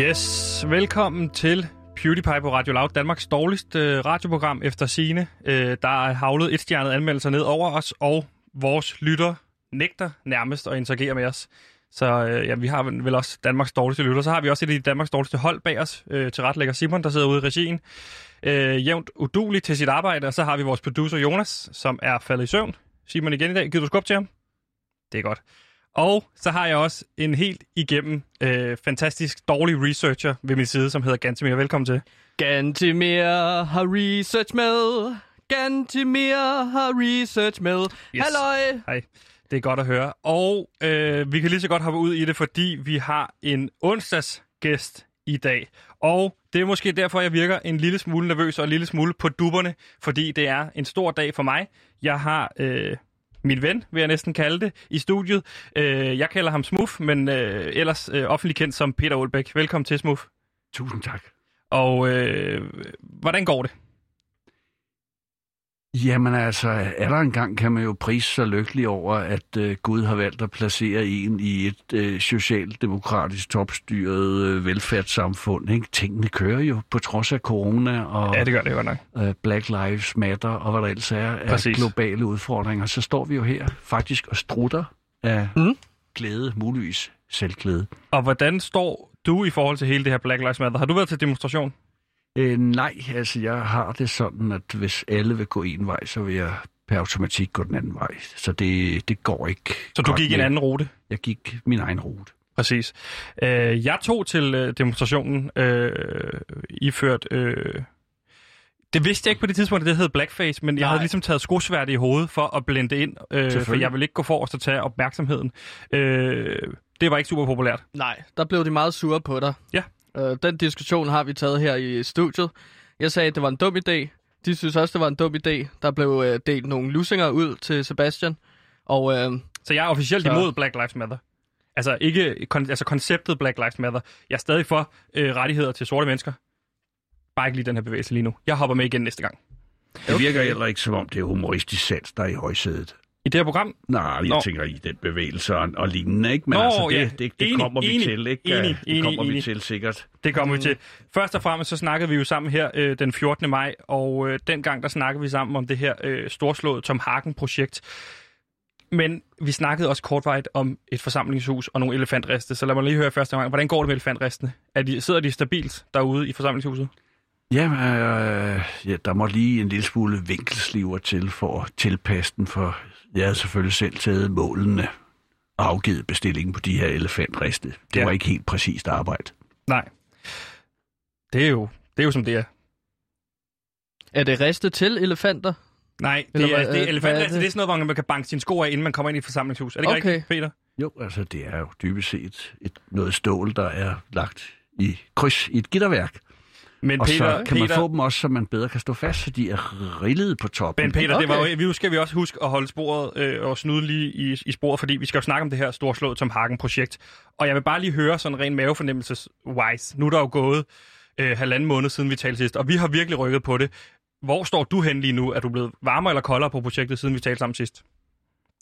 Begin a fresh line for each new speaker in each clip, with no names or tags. Yes, velkommen til PewDiePie på Radio Loud, Danmarks dårligste øh, radioprogram efter sine. Øh, der er havlet etstjernet anmeldelser ned over os, og vores lytter nægter nærmest at interagere med os. Så øh, ja, vi har vel også Danmarks dårligste lytter. Så har vi også et af de Danmarks dårligste hold bag os, øh, til retlægger Simon, der sidder ude i regien. Øh, jævnt udulig til sit arbejde, og så har vi vores producer Jonas, som er faldet i søvn. Simon igen i dag. Giver du skub til ham? Det er godt. Og så har jeg også en helt igennem øh, fantastisk dårlig researcher ved min side, som hedder Gantemir. Velkommen til.
Gantimir har research med. Gantimir har research med. Yes. Halløj!
Hej. Det er godt at høre. Og øh, vi kan lige så godt hoppe ud i det, fordi vi har en onsdagsgæst i dag. Og det er måske derfor, jeg virker en lille smule nervøs og en lille smule på duberne, fordi det er en stor dag for mig. Jeg har... Øh, min ven, vil jeg næsten kalde det, i studiet. Øh, jeg kalder ham Smuf, men øh, ellers øh, offentlig kendt som Peter Olbæk. Velkommen til, Smuf.
Tusind tak.
Og øh, hvordan går det?
Jamen altså, er der engang kan man jo prise sig lykkelig over, at øh, Gud har valgt at placere en i et øh, socialdemokratisk topstyret øh, velfærdssamfund. Ikke? Tingene kører jo på trods af corona og
Ja, det gør det jo godt nok.
øh, Black Lives Matter og hvad der ellers er
Præcis.
af globale udfordringer. Så står vi jo her faktisk og strutter af
Mm.
mm. glæde, muligvis selvglæde.
Og hvordan står du i forhold til hele det her Black Lives Matter? Har du været til demonstration?
Øh, nej, altså jeg har det sådan, at hvis alle vil gå en vej, så vil jeg per automatik gå den anden vej. Så det, det går ikke.
Så du
godt
gik en
med-
anden rute?
Jeg gik min egen rute.
Præcis. Øh, jeg tog til øh, demonstrationen øh, iført... Øh, det vidste jeg ikke på det tidspunkt, at det hed blackface, men Nej. jeg
Nej.
havde ligesom taget skosværd i hovedet for at blende det ind, øh, for
Selvfølgelig.
jeg ville ikke gå forrest og tage opmærksomheden. Øh, det var ikke super populært.
Nej, der blev de meget sure på dig.
Ja.
Øh, den diskussion har vi taget her i studiet. Jeg sagde, at det var en dum idé. De synes også, det var en dum idé. Der blev øh, delt nogle lusinger ud til Sebastian. Og øh,
Så jeg er officielt
Så-
så... imod Black Lives Matter. Altså ikke kon- altså konceptet Black Lives Matter. Jeg er stadig for øh, rettigheder til sorte mennesker. Bare ikke lige den her bevægelse lige nu. Jeg hopper med igen næste gang.
Det virker heller ikke, som om det er humoristisk sans, der er i højsædet.
I det her program
Nej, jeg
Nå.
Nå. tænker i den bevægelse og, og lignende, ikke? Men
Nå,
altså, det,
ja.
det, det
Enig,
kommer vi
enig,
til, ikke?
enig,
det kommer
enig,
vi
enig.
til sikkert.
Det kommer vi til. Først og fremmest så snakkede vi jo sammen her øh, den 14. maj, og øh, dengang der snakkede vi sammen om det her øh, storslåede Tom Hagen-projekt. Men vi snakkede også kortvarigt om et forsamlingshus og nogle elefantreste, så lad mig lige høre første gang, hvordan går det med elefantrestene? Er de, sidder de stabilt derude i forsamlingshuset?
Jamen, øh, ja, der må lige en lille smule vinkelsliver til for at tilpasse den, for jeg havde selvfølgelig selv taget målene og afgivet bestillingen på de her elefantriste. Det
Ja.
ja. var ikke helt præcist arbejde.
Nej. Det er jo, det er jo som det er.
er det riste til elefanter?
Nej, det
Eller
er, det,
hvad- øh,
er
hvad er
elefantreste,
det?
det? det er sådan noget, hvor man kan banke sine sko af, inden man kommer ind i et forsamlingshus. Er det ikke
Okay.
rigtigt, Peter?
Jo, altså det er jo dybest set et, noget stål, der er lagt i kryds i et gitterværk.
Men
Og
Peter,
så kan man
Peter,
få dem også, så man bedre kan stå fast, så de er rillede på toppen.
Ben Peter, okay. det var
Okay.
jo, vi skal vi også huske at holde sporet øh, og snyde lige i, i sporet, fordi vi skal jo snakke om det her storslået Tom Hagen-projekt. Og jeg vil bare lige høre sådan ren mavefornemmelses-wise. Nu er der jo gået øh, halvanden måned siden vi talte sidst, og vi har virkelig rykket på det. Hvor står du hen lige nu? Er du blevet varmere eller koldere på projektet, siden vi talte sammen sidst?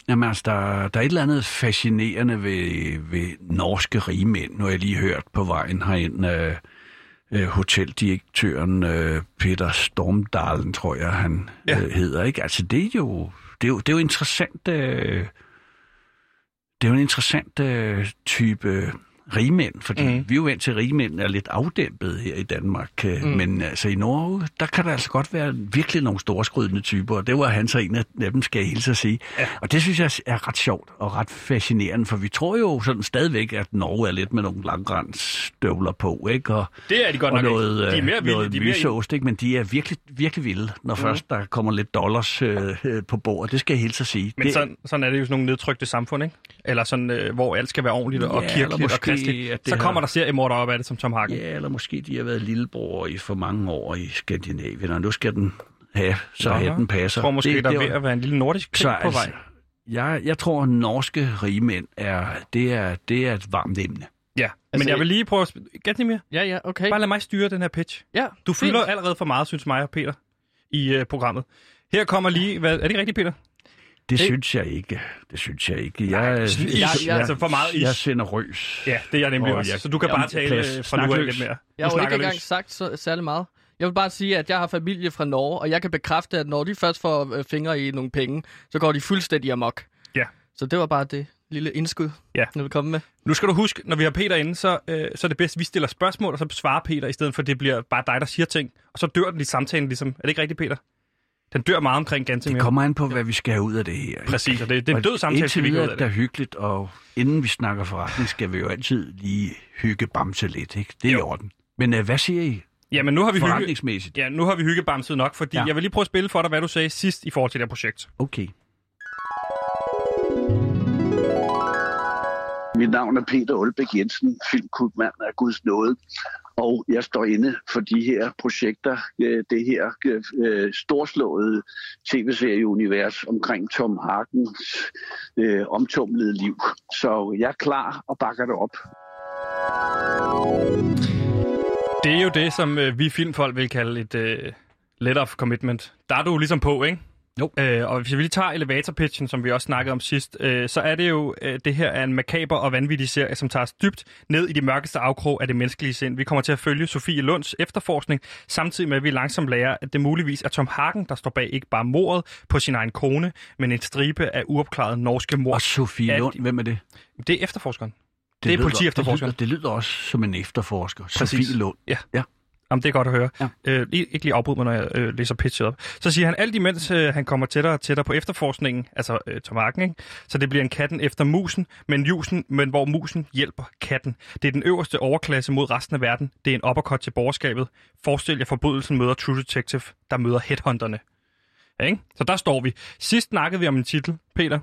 Jamen altså, der, der er et eller andet fascinerende ved, ved norske rigmænd. Nu har jeg lige hørt på vejen herind, øh, øh, hoteldirektøren øh, Peter Stormdalen, tror jeg, han
Ja.
ja. øh, hedder. Ikke? Altså, det er jo, det er jo, det er jo interessant... Øh, det er jo en interessant øh, type rigmænd, fordi
Mhm.
mm. vi er jo vant til, at rigmænd er lidt afdæmpet her i Danmark. Mm.
Mm.
Men altså i Norge, der kan der altså godt være virkelig nogle storskrydende typer, og det var han så en af dem, skal jeg hilse at sige.
Ja.
Ja. Og det synes jeg er ret sjovt og ret fascinerende, for vi tror jo sådan stadigvæk, at Norge er lidt med nogle langrensstøvler på, ikke? Og,
Det er de godt
og
nok
noget, øh,
ikke. De er mere vilde.
noget
De er mere...
myseost, ikke? men de er virkelig, virkelig vilde, når
Mhm.
først der kommer lidt dollars øh, øh, på bordet. Det skal jeg hilse at sige.
Men
det,
sådan, sådan er det jo sådan nogle nedtrykte samfund, ikke? Eller sådan, øh, hvor alt skal være ordentligt og
Ja, eller
kirkeligt og
måske, at
kristeligt.
det
Så
har-
kommer der seriemordere op af det, som Tom Hagen.
Ja, eller måske de har været lillebror i for mange år i Skandinavien, og nu skal den have, så
Nå,
Nå, have den passer.
Jeg tror måske, det, der er
var-
ved at være en lille nordisk krig
så
på vej.
altså, jeg, jeg tror, at norske rigmænd er, det er, det er et varmt emne.
Ja, men
Altså,
jeg vil lige prøve at... sp- Gantimir,
Ja, ja, okay.
bare lad mig styre den her pitch.
Ja,
Du
fint.
fylder øh, allerede for meget, synes mig og Peter, i uh, programmet. Her kommer lige... Hvad, er det ikke rigtigt, Peter?
Det synes jeg ikke. Det synes jeg ikke. Jeg, jeg,
sådan is. Altså, for meget is.
Jeg er generøs.
Ja, det er jeg nemlig
Åh,
også.
jeg-
Så du kan
jamen,
bare tale
Klaas,
øh, fra
snak
nu af
løs.
lidt mere.
Jeg
du
har jo ikke
snakker
engang
løs.
sagt så, særlig meget. Jeg vil bare sige, at jeg har familie fra Norge, og jeg kan bekræfte, at når de først får øh, fingre i nogle penge, så går de fuldstændig amok.
Ja.
Så det var bare det lille indskud,
Ja.
jeg vil komme med.
Nu skal du huske, når vi har Peter inde, så, øh, så er det bedst, at vi stiller spørgsmål, og så svarer Peter, i stedet for, at det bliver bare dig, der siger ting. Og så dør den i samtalen ligesom. Er det ikke rigtigt, Peter? Den dør meget omkring Gantemir.
Det kommer an på, hvad vi skal have ud af det her. ikke?
Præcis, og det, det er en
Og
død samtale, skal
Indtil
vi ikke
videre
ud af
er det
det.
er hyggeligt, og inden vi snakker forretning, skal vi jo altid lige hygge bamse lidt, ikke? Det er i
Jo.
orden. Men øh, hvad siger I
Jamen, nu har vi hygge...
forretningsmæssigt?
Ja, nu har vi hyggebamset nok, fordi ja.
Ja.
jeg vil lige prøve at spille for dig, hvad du sagde sidst i forhold til det her projekt.
Okay.
Mit navn er Peter Olbæk Jensen, filmkubmand af Guds Nåde, og jeg står inde for de her projekter, øh, det her øh, storslåede tv-serieunivers omkring Tom Harkens øh, omtumlede liv. Så jeg er klar og bakker det op.
Det er jo det, som øh, vi filmfolk vil kalde et øh, letter of commitment. Der er du jo ligesom på, ikke?
Jo.
Øh, og hvis vi lige tager elevatorpitchen, som vi også snakkede om sidst, øh, så er det jo, øh, det her er en makaber og vanvittig serie, som tager os dybt ned i de mørkeste afkrog af det menneskelige sind. Vi kommer til at følge Sofie Lunds efterforskning, samtidig med at vi langsomt lærer, at det muligvis er Tom Hagen, der står bag ikke bare mordet på sin egen kone, men en stribe af uopklarede norske mord.
Og Sofie
At-
Lund, hvem er det?
Det er efterforskeren.
Det,
er
lyder-
politiefterforskeren.
Det lyder, det lyder også som en efterforsker.
Præcis.
Sofie Lund.
Jamen, det er godt at høre. Ja.
Ja.
Øh, lige- ikke lige afbryd mig, når jeg øh, læser pitchet op. Så siger han, alt imens øh, han kommer tættere og tættere på efterforskningen, altså øh, Tom Arken, ikke? så det bliver en katten efter musen, men, jusen, men hvor musen hjælper katten. Det er den øverste overklasse mod resten af verden. Det er en uppercut til borgerskabet. Forestil jer, forbrydelsen møder True Detective, der møder headhunterne. Ja, ikke? Så der står vi. Sidst snakkede vi om en titel, Peter.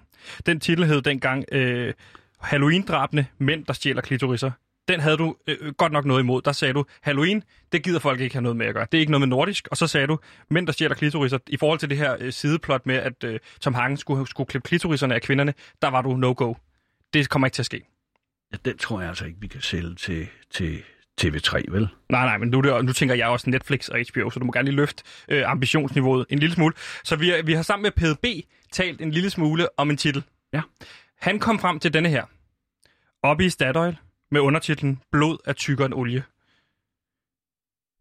Den titel hed dengang øh, Halloween-drabende mænd, der stjæler klitoriser. Den havde du øh, øh, godt nok noget imod. Der sagde du, Halloween, det gider folk ikke have noget med at gøre. Det er ikke noget med nordisk. Og så sagde du, mænd, der stjæler klitoriser. I forhold til det her øh, sideplot med, at øh, Tom Hangen skulle, skulle klippe klitoriserne af kvinderne, der var du no-go. Det kommer ikke til at ske.
Ja, den tror jeg altså ikke, vi kan sælge til, til TV3, vel?
Nej, nej, men nu, er det, nu tænker jeg også Netflix og HBO, så du må gerne lige løfte øh, ambitionsniveauet en lille smule. Så vi, vi har sammen med PDB talt en lille smule om en titel.
Ja.
Han kom frem til denne her. Oppe i Statoil med undertitlen Blod er tykkere end olie.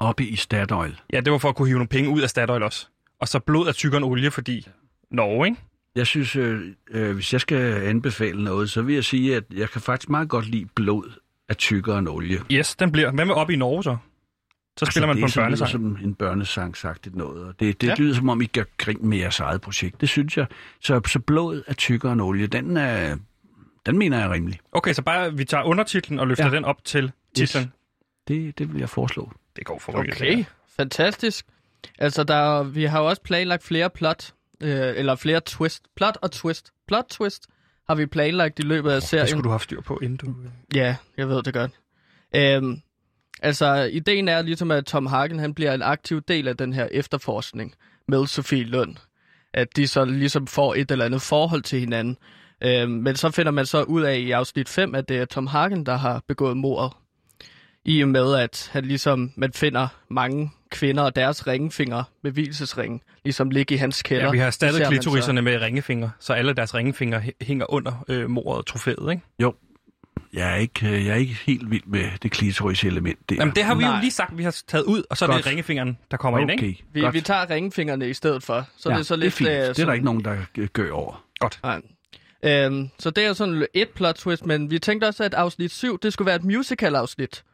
Oppe i Statoil.
Ja, det var for at kunne hive nogle penge ud af Statoil også. Og så blod er tykkere end olie, fordi Norge, ikke?
Jeg synes, øh, øh, hvis jeg skal anbefale noget, så vil jeg sige, at jeg kan faktisk meget godt lide blod af tykkere end olie. Altså,
Yes, den bliver. Hvad med op i Norge så? Så spiller man på en
det er sådan
børnesang.
lidt som en børnesang sagt noget, og det, det
Ja.
ja. lyder som om, I gør grin med jeres eget projekt. Det synes jeg. Så, så blod er tykkere end olie, den, er, den mener jeg er rimelig.
Okay, så bare vi tager undertitlen og løfter ja.
Ja.
den op til titlen. Yes.
Det, det vil jeg foreslå.
Det går for ryggen, det
Okay,
her.
fantastisk. Altså, der, er- vi har jo også planlagt flere plot, øh, eller flere twist. Plot og twist. Plot twist har vi planlagt i løbet af serien.
Det skulle du have haft styr på, inden du...
Ja, jeg ved det godt. Øhm, altså, ideen er ligesom, at Tom Hagen han bliver en aktiv del af den her efterforskning med Sofie Lund. At de så ligesom får et eller andet forhold til hinanden. Øhm, men så finder man så ud af i afsnit 5, at det er Tom Hagen, der har begået mordet. I og med, at han ligesom, man finder mange kvinder og deres ringfingre med hvilesesringen, ligesom ligge i hans kælder.
Ja, vi har erstattet
Så ser man så-
klitoriserne med ringefingre, så alle deres ringefingre hæ- hænger under øh, mordet trofæet, ikke?
Jeg er ikke, øh, jeg er ikke helt vild med det klitoris element der.
Jamen, det har vi jo
Nej.
lige sagt, vi har taget ud, og så er
Godt.
det ringefingeren, der kommer ind, ikke?
Okay,
Vi,
godt.
vi tager ringfingrene i stedet for. Så det er så lidt...
det er fint.
øh,
det er der
sådan-
ikke nogen, der øh, gør over.
Nej. Øhm, så det er jo sådan et plot twist, men vi tænkte også, at afsnit 7, det skulle være et musical-afsnit.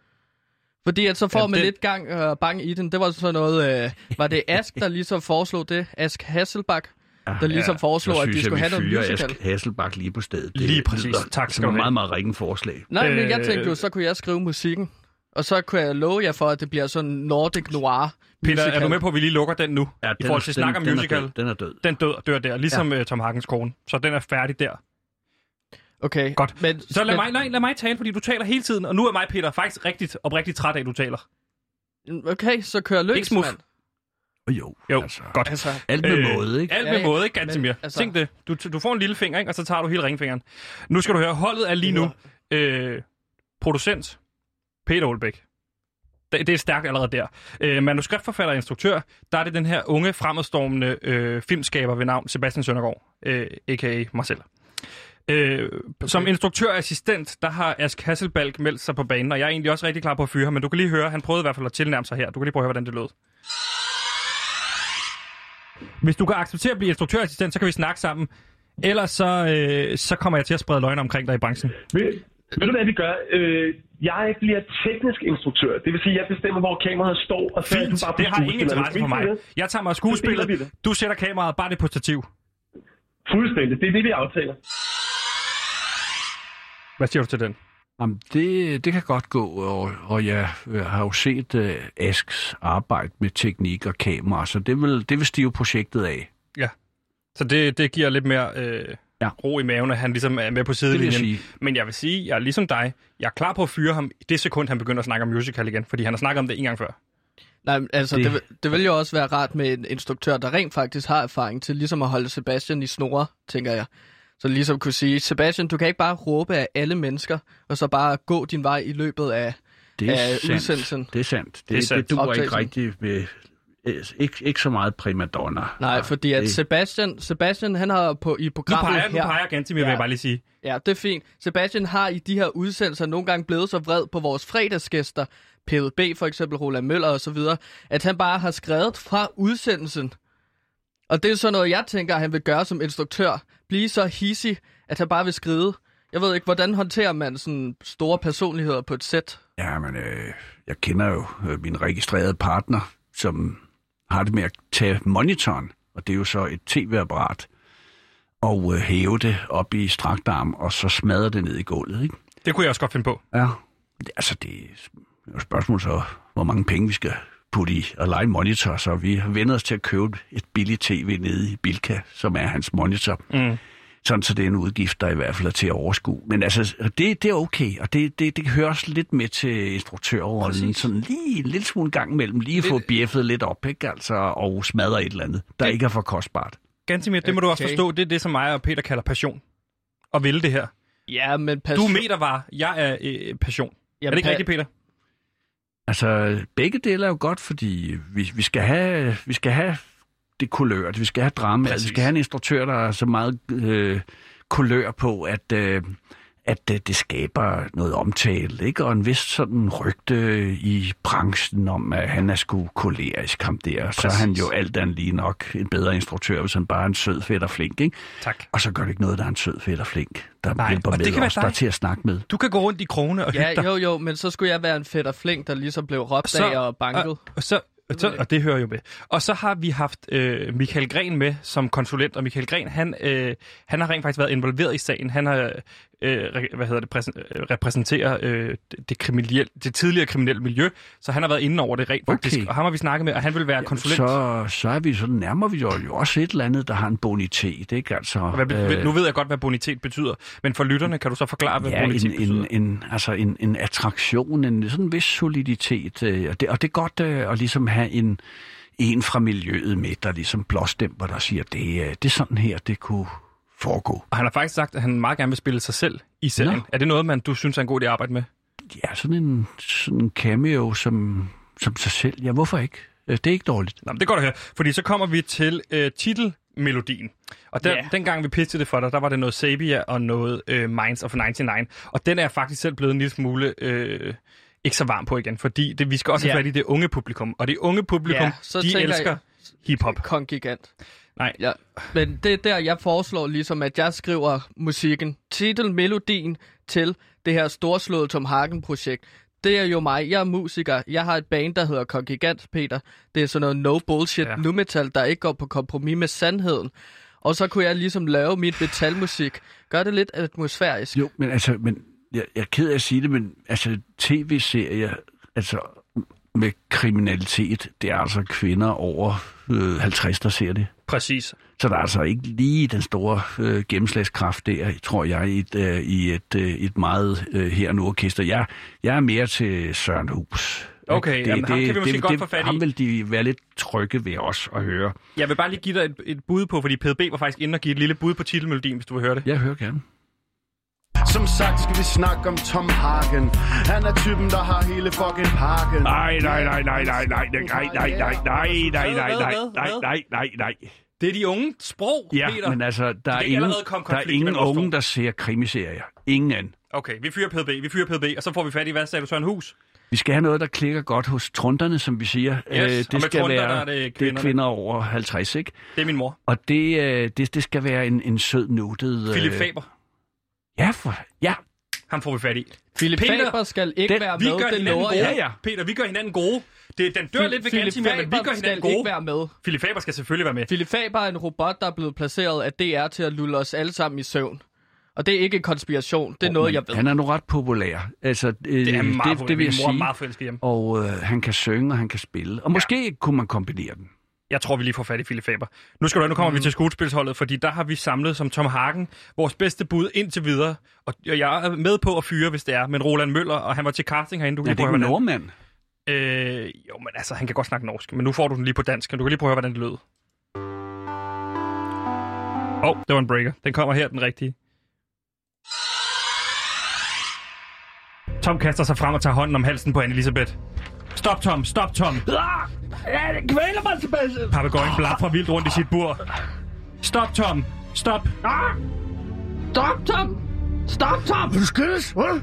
Fordi at så får
Jamen,
Jamen, man
det-
det... lidt gang og øh, bang i den. Det var sådan noget, øh, var det Ask, der ligesom foreslog det? Ask Hasselbach,
Ah,
der ligesom ja, foreslog, at de skulle have noget musical.
Ask Hasselbak lige på stedet.
Lige præcis.
lyder
Tak skal
som
du
et
have.
meget, meget ringe forslag.
Nej, men jeg
Øh,
tænkte jo, så kunne jeg skrive musikken. Og så kunne jeg love jer for, at det bliver sådan Nordic Noir
Peter,
musical.
er du med på, at vi lige lukker den nu? I
den
forhold
er-
til snak om
den,
musical.
Den er død. Den er død.
Den dør, dør der, ligesom ja. Tom Hagens kone. Så den er færdig der.
Okay.
Godt.
Men,
Så lad
men-
mig, nej, lad mig tale, fordi du taler hele tiden, og nu er mig, Peter, faktisk rigtigt og rigtig træt af, at du taler.
Okay, så kør løs,
Ikke smuf.
mand.
Og jo,
Jo,
altså.
godt.
Altså,
Alt med øh, måde, ikke?
Alt
Ja,
med
ja.
måde, ikke Gantemir?
Men, altså-
Tænk det. Du, du får en lille finger, ikke? og så tager du hele ringfingeren. Nu skal du høre, holdet er lige nu øh, producent Peter Olbæk. det, det er stærkt allerede der. Øh, manuskriptforfatter og instruktør, der er det den her unge, fremadstormende øh, filmskaber ved navn Sebastian Søndergaard, øh, a.k.a. mig selv. Øh, Som instruktørassistent, der har Ask Hasselbalg meldt sig på banen, og jeg er egentlig også rigtig klar på at fyre ham, men du kan lige høre, han prøvede i hvert fald at tilnærme sig her. Du kan lige prøve at høre, hvordan det lød. Hvis du kan acceptere at blive instruktørassistent, så kan vi snakke sammen. Ellers så, øh, så kommer jeg til at sprede løgne omkring dig i branchen.
Ved, ved du, hvad vi gør? Øh, jeg bliver teknisk instruktør. Det vil sige, jeg bestemmer, hvor kameraet står, og så er du
Fint,
bare på
det har ingen
skuespilleren.
interesse for mig. Jeg tager mig af
Så deler vi
skuespillet,
det.
du sætter kameraet, bare det på stativ.
Fuldstændig. Det er det, vi aftaler.
Hvad siger du til den?
Jamen, det, det kan godt gå, og, og jeg øh, har jo set øh, Asks arbejde med teknik og kamera, så det vil, det vil stive projektet af.
Så det, det giver lidt mere øh,
Ja.
ja. ro i maven, at han ligesom er med på
Det vil
sidelinjen.
jeg sige.
Men jeg vil sige, jeg er ligesom dig. Jeg er klar på at fyre ham i det sekund, han begynder at snakke om musical igen. Fordi han har snakket om det en gang før.
Nej, men altså,
Det-
det... Det, vil- det vil jo også være rart med en instruktør, der rent faktisk har erfaring til ligesom at holde Sebastian i snore, tænker jeg. Så ligesom kunne sige, Sebastian, du kan ikke bare råbe af alle mennesker, og så bare gå din vej i løbet af...
Det er,
af udsendelsen.
sandt. det er sandt. Det, det,
er
er
sandt.
sandt. det duer ikke
Optagelsen.
rigtigt med... øh, Ikke, ikke så meget primadonna.
Nej, fordi at
Ah, det-
Sebastian, Sebastian han har på, i
Nu
programmet
peger, nu
her...
peger Gantemir, ja. vil
Ja.
jeg bare lige sige.
Ja, det er fint. Sebastian har i de her udsendelser nogle gange blevet så vred på vores fredagsgæster, PDB for eksempel, Roland Møller og så videre, at han bare har skrevet fra udsendelsen. Og det er sådan noget, jeg tænker, at han vil gøre som instruktør. Blive så hissig, at han bare vil skride. Jeg ved ikke, hvordan håndterer man sådan store personligheder på et sæt?
Jamen, øh, jeg kender jo øh, min registrerede partner, som har det med at tage monitoren, og det er jo så et tv-apparat, og øh, hæve det op i strakt arm, og så smadre det ned i gulvet, ikke?
Det kunne jeg også godt finde på.
Ja. Det, altså, det er jo et spørgsmål så, hvor mange penge vi skal putte i og lege en monitor, så vi har vendt os til at købe et billigt tv nede i Bilka, som er hans monitor.
Mm.
Sådan, så det er en udgift, der i hvert fald er til at overskue. Men altså, det, det er okay, og det, det, det hører også lidt med til instruktørrollen. Sådan lige en lille smule gang imellem, lige få bjeffet lidt op, ikke? Altså, og smadre et eller andet, der ikke er for kostbart.
Gantemir, det må du også
Okay.
forstå. Det er det, som mig og Peter kalder passion. Og ville det her.
Ja, men pas...
Du er metervar. Jeg er øh, passion.
Jamen,
er det ikke
pa-
rigtigt, Peter?
Altså, begge dele er jo godt, fordi vi, vi, skal, have, vi skal have det kulør, vi skal have drama, altså,
Præcis.
vi skal have en instruktør, der er så meget øh, kulør på, at, øh, at øh, det skaber noget omtale, ikke? Og en vis sådan rygte i branchen om, at han er sgu kolerisk, ham der. Så er han jo alt andet lige nok en bedre instruktør, hvis han bare er en sød, fedt og flink, ikke?
Tak.
Og så gør det ikke noget, der er en sød, fedt og flink, der
Nej,
hjælper
og det
med
kan være
os, der er
dig.
til at snakke med.
Du kan gå rundt i krone og hygge
Ja,
dig.
jo, jo, men så skulle jeg være en fedt og flink, der ligesom blev råbt
Så-
af og banket.
Og, og, så, og, så, og det hører jo med. Og så har vi haft øh, Michael Gren med som konsulent, og Michael Gren, han, øh, han har rent faktisk været involveret i sagen. Han har, øh, re- hvad hedder det, præsen, øh, repræsenterer øh, det, det, kriminelle, det tidligere kriminelle miljø, så han har været inde over det rent faktisk.
Okay.
Og ham har vi snakket med, og han vil være Jamen, konsulent. Så...
Så, så er vi så nærmer vi jo jo også et eller andet, der har en bonitet, ikke? Altså,
Hvad, be- nu ved jeg godt, hvad bonitet betyder, men for lytterne kan du så forklare, hvad
ja,
bonitet
en,
betyder?
en, en, altså en, en attraktion, en sådan en vis soliditet, øh, og det, og det er godt øh, at ligesom have en, en fra miljøet med, der ligesom blåstemper, der siger, det, øh, det er sådan her, det kunne foregå.
Og han har faktisk sagt, at han meget gerne vil spille sig selv i serien.
Nå.
Er det noget, man du synes er en god idé at arbejde med?
Ja, sådan en, sådan en cameo som, som sig selv. Ja, hvorfor ikke? Øh, Det er ikke dårligt.
Nå, men det går da her, fordi så kommer vi til øh, titelmelodien. Og den, yeah. dengang vi pitchede det for dig, der var det noget Sabia og noget øh, Minds of 99. Og den er jeg faktisk selv blevet en lille smule øh, ikke så varm på igen, fordi det, vi skal også have
Ja.
fat i det unge publikum. Og det unge publikum,
Ja,
yeah,
så
de
tænker
elsker
jeg-
hiphop.
Kong Gigant.
Nej.
Ja. Men det er der, jeg foreslår ligesom, at jeg skriver musikken, titelmelodien til det her storslåede Tom Hagen-projekt. Det er jo mig. Jeg er musiker. Jeg har et band, der hedder Kong Gigant, Peter. Det er sådan noget no bullshit
Ja.
ja. nu metal, der ikke går på kompromis med sandheden. Og så kunne jeg ligesom lave mit metalmusik. Gør det lidt atmosfærisk.
Jo, men altså, men, jeg, jeg er ked af at sige det, men altså, tv-serier, altså med kriminalitet, det er altså kvinder over øh, 50, der ser det.
Præcis.
Så der er altså ikke lige den store øh, gennemslagskraft der, tror jeg, i et, øh, i et, øh, et meget øh, her nu orkester. Jeg, jeg er mere til Søren Hus.
Okay, jamen, ham kan vi måske
det,
godt
det,
få fat i.
Ham vil de være lidt trygge ved os at høre.
Jeg vil bare lige give dig et, et bud på, fordi PDB var faktisk inde og give et lille bud på titelmelodien, hvis du vil høre det.
Jeg hører gerne.
Som sagt skal vi snakke om Tom Hagen. Han er typen, der har hele fucking pakken.
Nej, nej, nej, nej, nej, nej, nej, nej, nej, nej, nej, nej, nej, nej, nej, nej, nej, nej.
Det er de unge sprog,
Ja,
Peter.
men altså, der er
ikke
ingen,
allerede komme
der er
konflikt
ingen
mellem os to.
unge, der ser krimiserier. Ingen anden.
Okay, vi fyrer PDB, vi fyrer PDB, og så får vi fat i, hvad sagde du, Søren Hus?
Vi skal have noget, der klikker godt hos trunderne, som vi siger. Øh, det
og med
skal
trunder,
være
der er det kvinderne.
kvinder over 50, ikke?
Det er min mor.
Og det, øh, det, det skal være en, en sød nuttet...
Philip Faber,
Ja, for, ja,
ham får vi fat i.
Philip
Peter,
Faber skal ikke
den-
være
Vi
med,
gør
det
hinanden
lover
gode.
jeg.
Ja, ja.
Peter, vi gør hinanden gode. Det, den dør lidt ved
Philip
Gantimir, men vi gør
Faber skal
hinanden
ikke
gode.
være med.
Philip Faber skal selvfølgelig være med.
Philip Faber er en robot, der er blevet placeret af DR til at lulle os alle sammen i søvn. Og det er ikke en konspiration, det er noget,
men
jeg ved.
Han er nu ret populær. Altså, øh,
Det er meget,
det, det vil jeg
min mor er
sige.
meget forelsket i ham.
Og øh, han kan synge, og han kan spille. Og måske kunne man kombinere den.
Jeg tror, vi lige får fat i Philip Faber. Nu, skal du, høre, nu kommer mm. vi til skuespilsholdet, fordi der har vi samlet som Tom Hagen vores bedste bud indtil videre. Og og jeg er med på at fyre, hvis det er, men Roland Møller, og han var til casting herinde. Du kan
Ja,
lige
det er
prøve
en
at høre,
nordmand.
hvordan- øh, Jo, men altså, han kan godt snakke norsk, men nu får du den lige på dansk, og du kan lige prøve at høre, hvordan det lød. Åh, oh, det var en breaker. Den kommer her, den rigtige. Tom kaster sig frem og tager hånden om halsen på Anne-Elisabeth. Stop, Tom! Stop, Tom!
Ja, det kvæler mig, Sebastian.
Papegøjen blaffer vildt rundt i sit bur. Stop, Tom! Stop!
Stop, Tom! Stop, Tom!
Vil du skyldes? Hvad?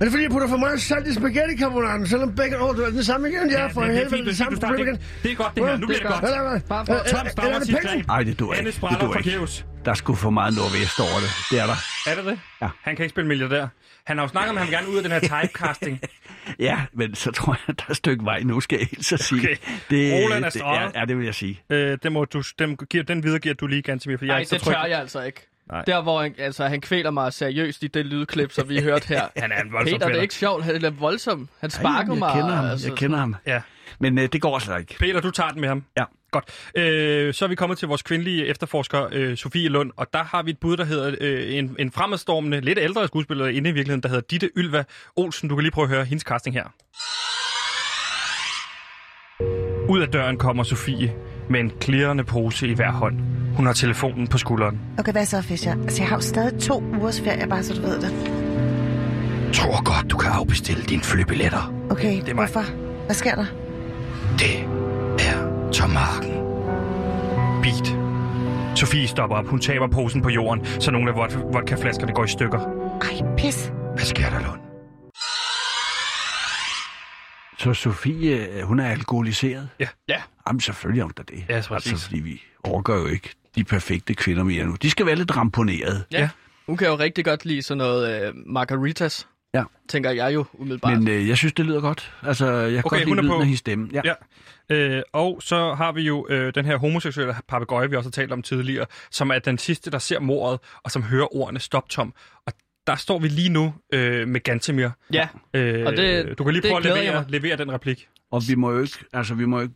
Er det fordi, jeg putter for meget salt i spaghetti-karbonaden, selvom begge år, du er den samme igen? Jeg er for
Ja, det er
helvede
fint,
den
du- du
samme
starter
problem igen.
igen. Det er godt, det her. Nu
Hvad?
bliver det godt.
Eller hvad?
Bare for-
Øh,
Tom
øh,
stammer
eller er
sit
det pengene?
greb.
Nej, det dur ikke.
Anne
Det
spræller
dur ikke.
forgæves.
Der skulle for meget nordvest over det. Det er der.
Er det det?
Ja.
Han kan ikke spille milliardær. Han har jo snakket om, at han vil gerne ud af den her typecasting.
Ja, men så tror jeg, at der er et stykke vej nu, skal jeg helt så sige.
Okay. Roland er
det,
streget.
ja, ja, det vil jeg sige.
øh, det må du, den, giver, den videre giver du lige Gantemir, for jeg er
Nej,
ikke så
det
tryg.
tør jeg altså ikke.
Nej.
Der, hvor han, altså, han kvæler mig seriøst i det lydklip, som vi hørte her.
Han er en voldsom
Peter, det er
fætter.
ikke sjovt. Han er voldsom. Han sparker
jeg
mig.
kender ham.
altså,
Jeg kender ham.
Ja.
Men øh, det går slet ikke.
Peter, du tager den med ham.
Ja.
Godt. Øh, så er vi kommet til vores kvindelige efterforsker, øh, Sofie Lund, og der har vi et bud, der hedder øh, en, en fremadstormende, lidt ældre skuespiller inde i virkeligheden, der hedder Ditte Ylva Olsen. Du kan lige prøve at høre hendes casting her. Ud af døren kommer Sofie med en klirrende pose i hver hånd. Hun har telefonen på skulderen.
Okay, hvad så, Fischer? Altså, jeg har jo stadig to ugers ferie, bare så du ved det.
Tror godt, du kan afbestille dine flybilletter.
Okay,
er mig.
hvorfor? Hvad sker der?
Det er Tom Hagen.
Beat. Sofie stopper op. Hun taber posen på jorden, så nogle af vod- vodkaflaskerne går i stykker.
Ej, pis.
Hvad sker der, Lund?
Så Sofie, øh, hun er alkoholiseret?
Ja.
Ja.
Jamen, selvfølgelig er hun da det.
Ja, præcis.
Altså, fordi vi overgør jo ikke de perfekte kvinder mere nu. De skal være lidt ramponeret.
Ja.
Ja. Hun kan jo rigtig godt lide sådan noget øh, margaritas.
Ja.
Tænker jeg jo umiddelbart.
Men øh, jeg synes, det lyder godt. Altså, jeg kan
Okay,
godt
hun
lide
er
lyden
på.
af hendes stemme. Ja.
Ja. Øh, og så har vi jo øh, den her homoseksuelle papegøje, vi også har talt om tidligere, som er den sidste, der ser mordet, og som hører ordene stop tom. Og der står vi lige nu øh, med Gantemir.
Ja.
Øh,
Og det-
du kan lige
det
prøve at
glæder jeg
levere,
mig.
levere den replik.
Og vi må jo ikke, altså, vi må jo ikke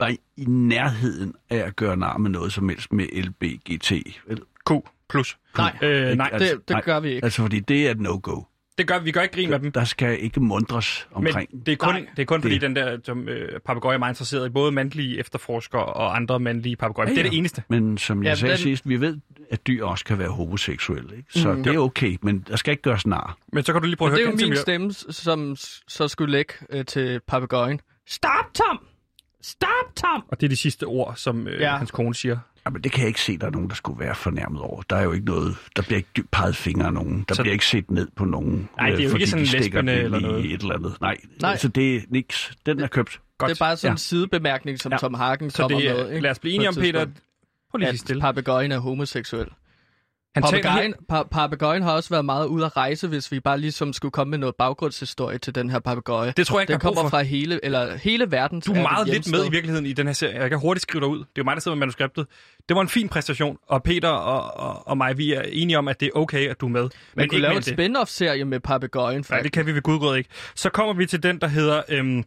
være i nærheden af at gøre nar med noget som helst med LBGT. Vel?
Q plus.
Nej,
Øh, nej,
altså,
det, det gør vi ikke.
Altså, fordi det er et no-go.
det gør vi. Vi gør ikke grin med dem.
Der skal ikke mundres omkring.
Men det er kun,
Nej.
det er kun fordi
Det-
den der som, øh, papegøje er meget interesseret i både mandlige efterforskere og andre mandlige papegøjer.
Ja,
Det er
ja.
det eneste.
Men som jeg
Ja,
ja, sagde
den-
den... sidst, vi ved, at dyr også kan være homoseksuelle. Ikke? Så mm. det er okay, men der skal ikke gøres nar.
Men så kan du lige prøve
Men
at
det er
høre
jo min
Gantemir.
stemme, s- som s- så skulle lægge øh, til papegøjen. Stop, Tom! Stop, Tom!
Og det er de sidste ord, som øh, ja.
Ja.
hans kone siger.
Jamen, det kan jeg ikke se, der er nogen, der skulle være fornærmet over. Der er jo ikke noget, der bliver ikke dy- peget fingre af nogen. Der
Så-
så... bliver ikke set ned på nogen,
Nej, det er
øh,
jo ikke
fordi
sådan
de stikker
lesberne
den
eller
i
noget.
et eller andet. Nej,
Nej.
Nej. altså det er niks. Den er købt.
Godt.
Det er bare sådan en sidebemærkning, som
Ja.
Tom Hagen
Så
kommer
det,
med.
er-
Ikke?
lad os blive
På et
enige om, Peter.
tidspunkt,
Prøv lige at
at
stille.
papegøjen er homoseksuel.
Han taler
Papegøjen, pa- papegøjen har også været meget ude at rejse, hvis vi bare ligesom skulle komme med noget baggrundshistorie til den her papegøje.
Det tror jeg ikke,
Den
der er brug
kommer
for.
fra hele, eller hele verden.
Du er meget lidt med i virkeligheden i den her serie. Jeg kan hurtigt skrive dig ud. Det er jo mig, der sidder med manuskriptet. Det var en fin præstation, og Peter og, og, og mig, vi er enige om, at det er okay, at du er med.
Man kunne
ikke
lave
mere
en
end det.
spin-off-serie med papegøjen,
Nej, det
faktisk.
kan vi ved Gud råd ikke. Så kommer vi til den, der hedder øhm,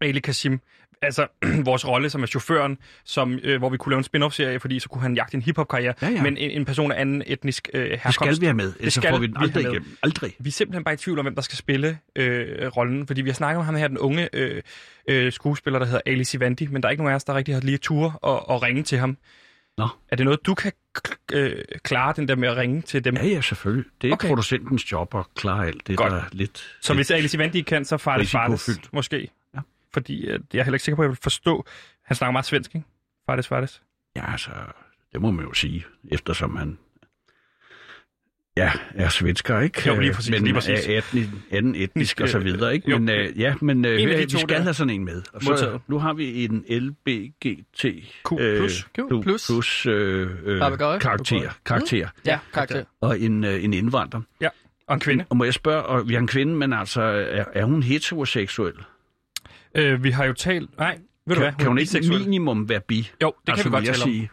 Ali Kasim. Altså vores rolle, som er chaufføren, som, øh, hvor vi kunne lave en spin-off-serie, fordi så kunne han jagte en hiphop-karriere,
Ja, ja.
men en, en person af anden etnisk øh, herkomst.
Det skal vi have med, ellers så
skal
får vi den
vi have
aldrig
med.
igennem. Aldrig.
Vi er simpelthen bare i tvivl om, hvem der skal spille øh, rollen, fordi vi har snakket om ham her, den unge øh, øh, skuespiller, der hedder Ali Sivandi, men der er ikke nogen af os, der rigtig har lige tur og, og ringe til ham.
Nå.
Er det noget, du kan k- øh, klare, den der med at ringe til dem?
Ja, ja, selvfølgelig. Det er
Okay.
okay. producentens job at klare alt det,
Godt.
Godt. der er lidt...
Så hvis
lidt...
Alice Ivandi ikke kan, så Fartes Fartes
Risikofyldt.
måske.
Ja.
Fordi øh, jeg er heller ikke sikker på, at jeg vil forstå. Han snakker meget svensk, ikke? Fartes Fartes.
Ja, altså, det må man jo sige, eftersom han... Ja, er svensker, ikke?
Jo, lige præcis,
Men
lige præcis.
er etni- anden etnisk og så videre, ikke?
Jo.
Men, øh, ja, men øh,
En af
hør,
de
vi
to
skal
der.
have sådan en med. Og
Modtaget.
så, nu har vi en LBGTQ
Q plus. Mm.
Q plus.
øh, plus øh, øh,
Papegøje.
karakter, karakter
Ja, karakter.
og en, øh, en indvandrer.
Og en kvinde.
Og må jeg spørge, og vi har en kvinde, men altså, er, er hun heteroseksuel? Ved
Øh, vi har jo talt... Nej, ved du hvad?
kan, kan hun ikke
biseksuel.
minimum være bi?
Jo, det kan
altså,
vi godt
vil jeg
tale om.
sige.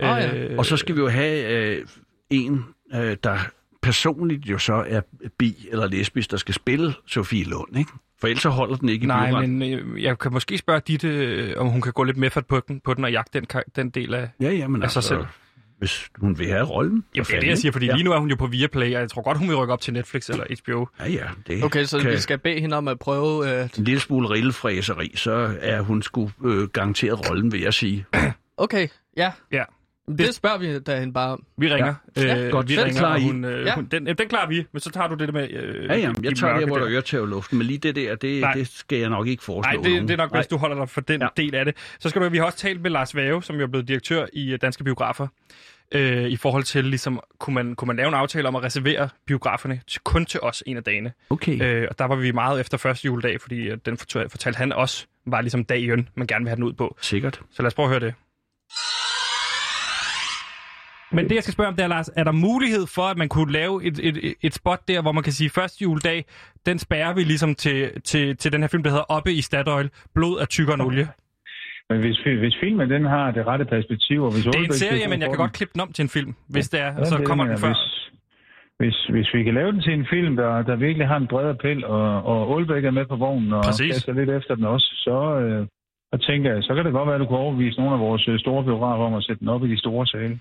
Åh, ja.
Øh,
Og så skal vi jo have øh, en, øh, der personligt jo så er bi eller lesbisk, der skal spille Sofie Lund, ikke? For ellers så holder den ikke i
Nej,
byretten.
men øh, jeg kan måske spørge Ditte, øh, om hun kan gå lidt mere fat på den, på den og jagte den, kar- den del af...
Ja, ja, men
Altså
altså,
selv.
altså hvis hun vil have rollen.
Jamen, det er det, jeg siger, fordi lige nu er hun jo på Viaplay, og jeg tror godt, hun vil rykke op til Netflix eller HBO.
Ja, ja, det
Okay, så
kan-
vi skal bede hende om at prøve... Øh...
En lille smule rillefræseri, så er hun sgu øh, garanteret rollen, vil jeg sige.
Okay, ja.
Ja.
Det, det spørger vi da hende bare om.
Vi ringer. Øh,
Ja,
godt.
vi
Den
ringer,
klarer
og
I.
hun, øh,
Ja.
hun, den, øh, den klarer vi, men så tager du det der med... Øh,
Ja, ja,
de- de
jeg tager det,
mørke
hvor der øretæver luften, men lige det der, det,
Nej.
det skal jeg nok ikke foreslå.
Nej, det,
nogen.
det er nok bedst, du holder dig for den ja.
Ja.
del af det. Så skal du, vi har også talt med Lars Vave, som jo er blevet direktør i øh, Danske Biografer, øh, i forhold til, ligesom, kunne man, kunne man lave en aftale om at reservere biograferne til, kun til os en af dagene.
Okay.
Øh, og der var vi meget efter første juledag, fordi øh, den fortæ- fortalte han også, var ligesom dagen, man gerne vil have den ud på.
Sikkert.
Så lad os prøve at høre det. Men det, jeg skal spørge om, det er, Lars, er der mulighed for, at man kunne lave et, et, et spot der, hvor man kan sige, første juledag, den spærrer vi ligesom til, til, til den her film, der hedder Oppe i Statoil, Blod af tykkere end olie.
Men hvis, fi- hvis filmen den har det rette perspektiv, og hvis
Det er en
Aalbæk-
serie, men jeg kan
får
godt klippe den om til en film, hvis det er,
den-
og så
Ja, det
kommer
mener
den
jeg.
før.
Hvis, hvis, hvis vi kan lave den til en film, der, der virkelig har en bred appel, og, og Aalbæk er med på vognen, og
Præcis.
kaster lidt efter den også, så, øh, så tænker jeg, så kan det godt være, at du kunne overbevise nogle af vores øh, store biografer om at sætte den op i de store sale.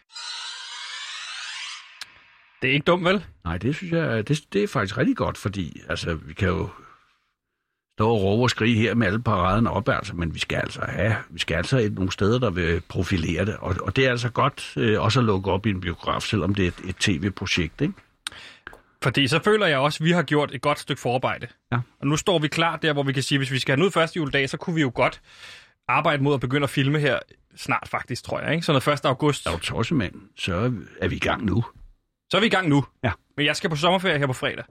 Det er ikke dumt, vel?
Nej, det synes jeg, det, det er faktisk rigtig godt, fordi altså, vi kan jo stå og råbe og skrige her med alle paraderne op, altså, men vi skal altså have, vi skal altså have nogle steder, der vil profilere det, og, og det er altså godt øh, også at lukke op i en biograf, selvom det er et, et tv-projekt, ikke?
Fordi så føler jeg også, at vi har gjort et godt stykke forarbejde.
Ja.
Og nu står vi klar der, hvor vi kan sige, at hvis vi skal have den ud første juledag, så kunne vi jo godt arbejde mod at begynde at filme her snart faktisk, tror jeg. Ikke? Så noget 1. august.
Der er jo tossemand, så er vi i gang nu.
Så er vi i gang nu.
Ja.
Men jeg skal på sommerferie her på fredag.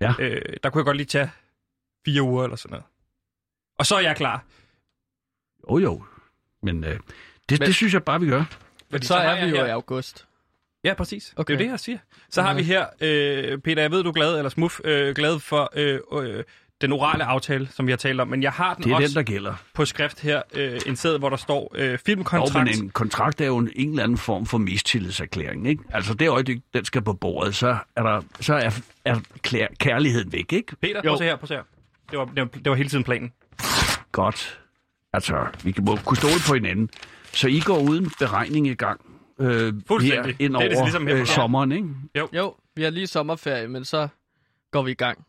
Ja.
Øh, der kunne jeg godt lige tage fire uger eller sådan noget. Og så er jeg klar.
Jo, jo, men, øh, det,
Men-
det synes jeg bare, vi gør.
Fordi
Så
har
er
jeg
vi jo
her-
i august.
Ja, præcis. Okay.
Okay.
Det er jo det, jeg siger. Så har
Ja.
vi her, øh, Peter, jeg ved, du er glad, eller smuf, øh, glad for øh, øh, den orale aftale, som vi har talt om. Men jeg har den
Det er
også
den, der gælder.
på skrift her, øh, en sæd, hvor der står øh,
Jo,
filmkontrakt.
men en kontrakt er jo en, en eller anden form for mistillidserklæring, ikke? Altså det øjeblik, den skal på bordet, så er, der, så er, er klær, kærligheden væk, ikke?
Peter, prøv at se her, prøv at se her. Det var, det, var, det var hele tiden planen.
Godt. Altså, vi kan må kunne stole på hinanden. Så I går uden beregning i gang øh,
Fuldstændig.
her
Det er
ind over
det ligesom her på
øh,
Nørre.
sommeren, ikke?
Jo, vi har lige sommerferie, men så går vi i gang.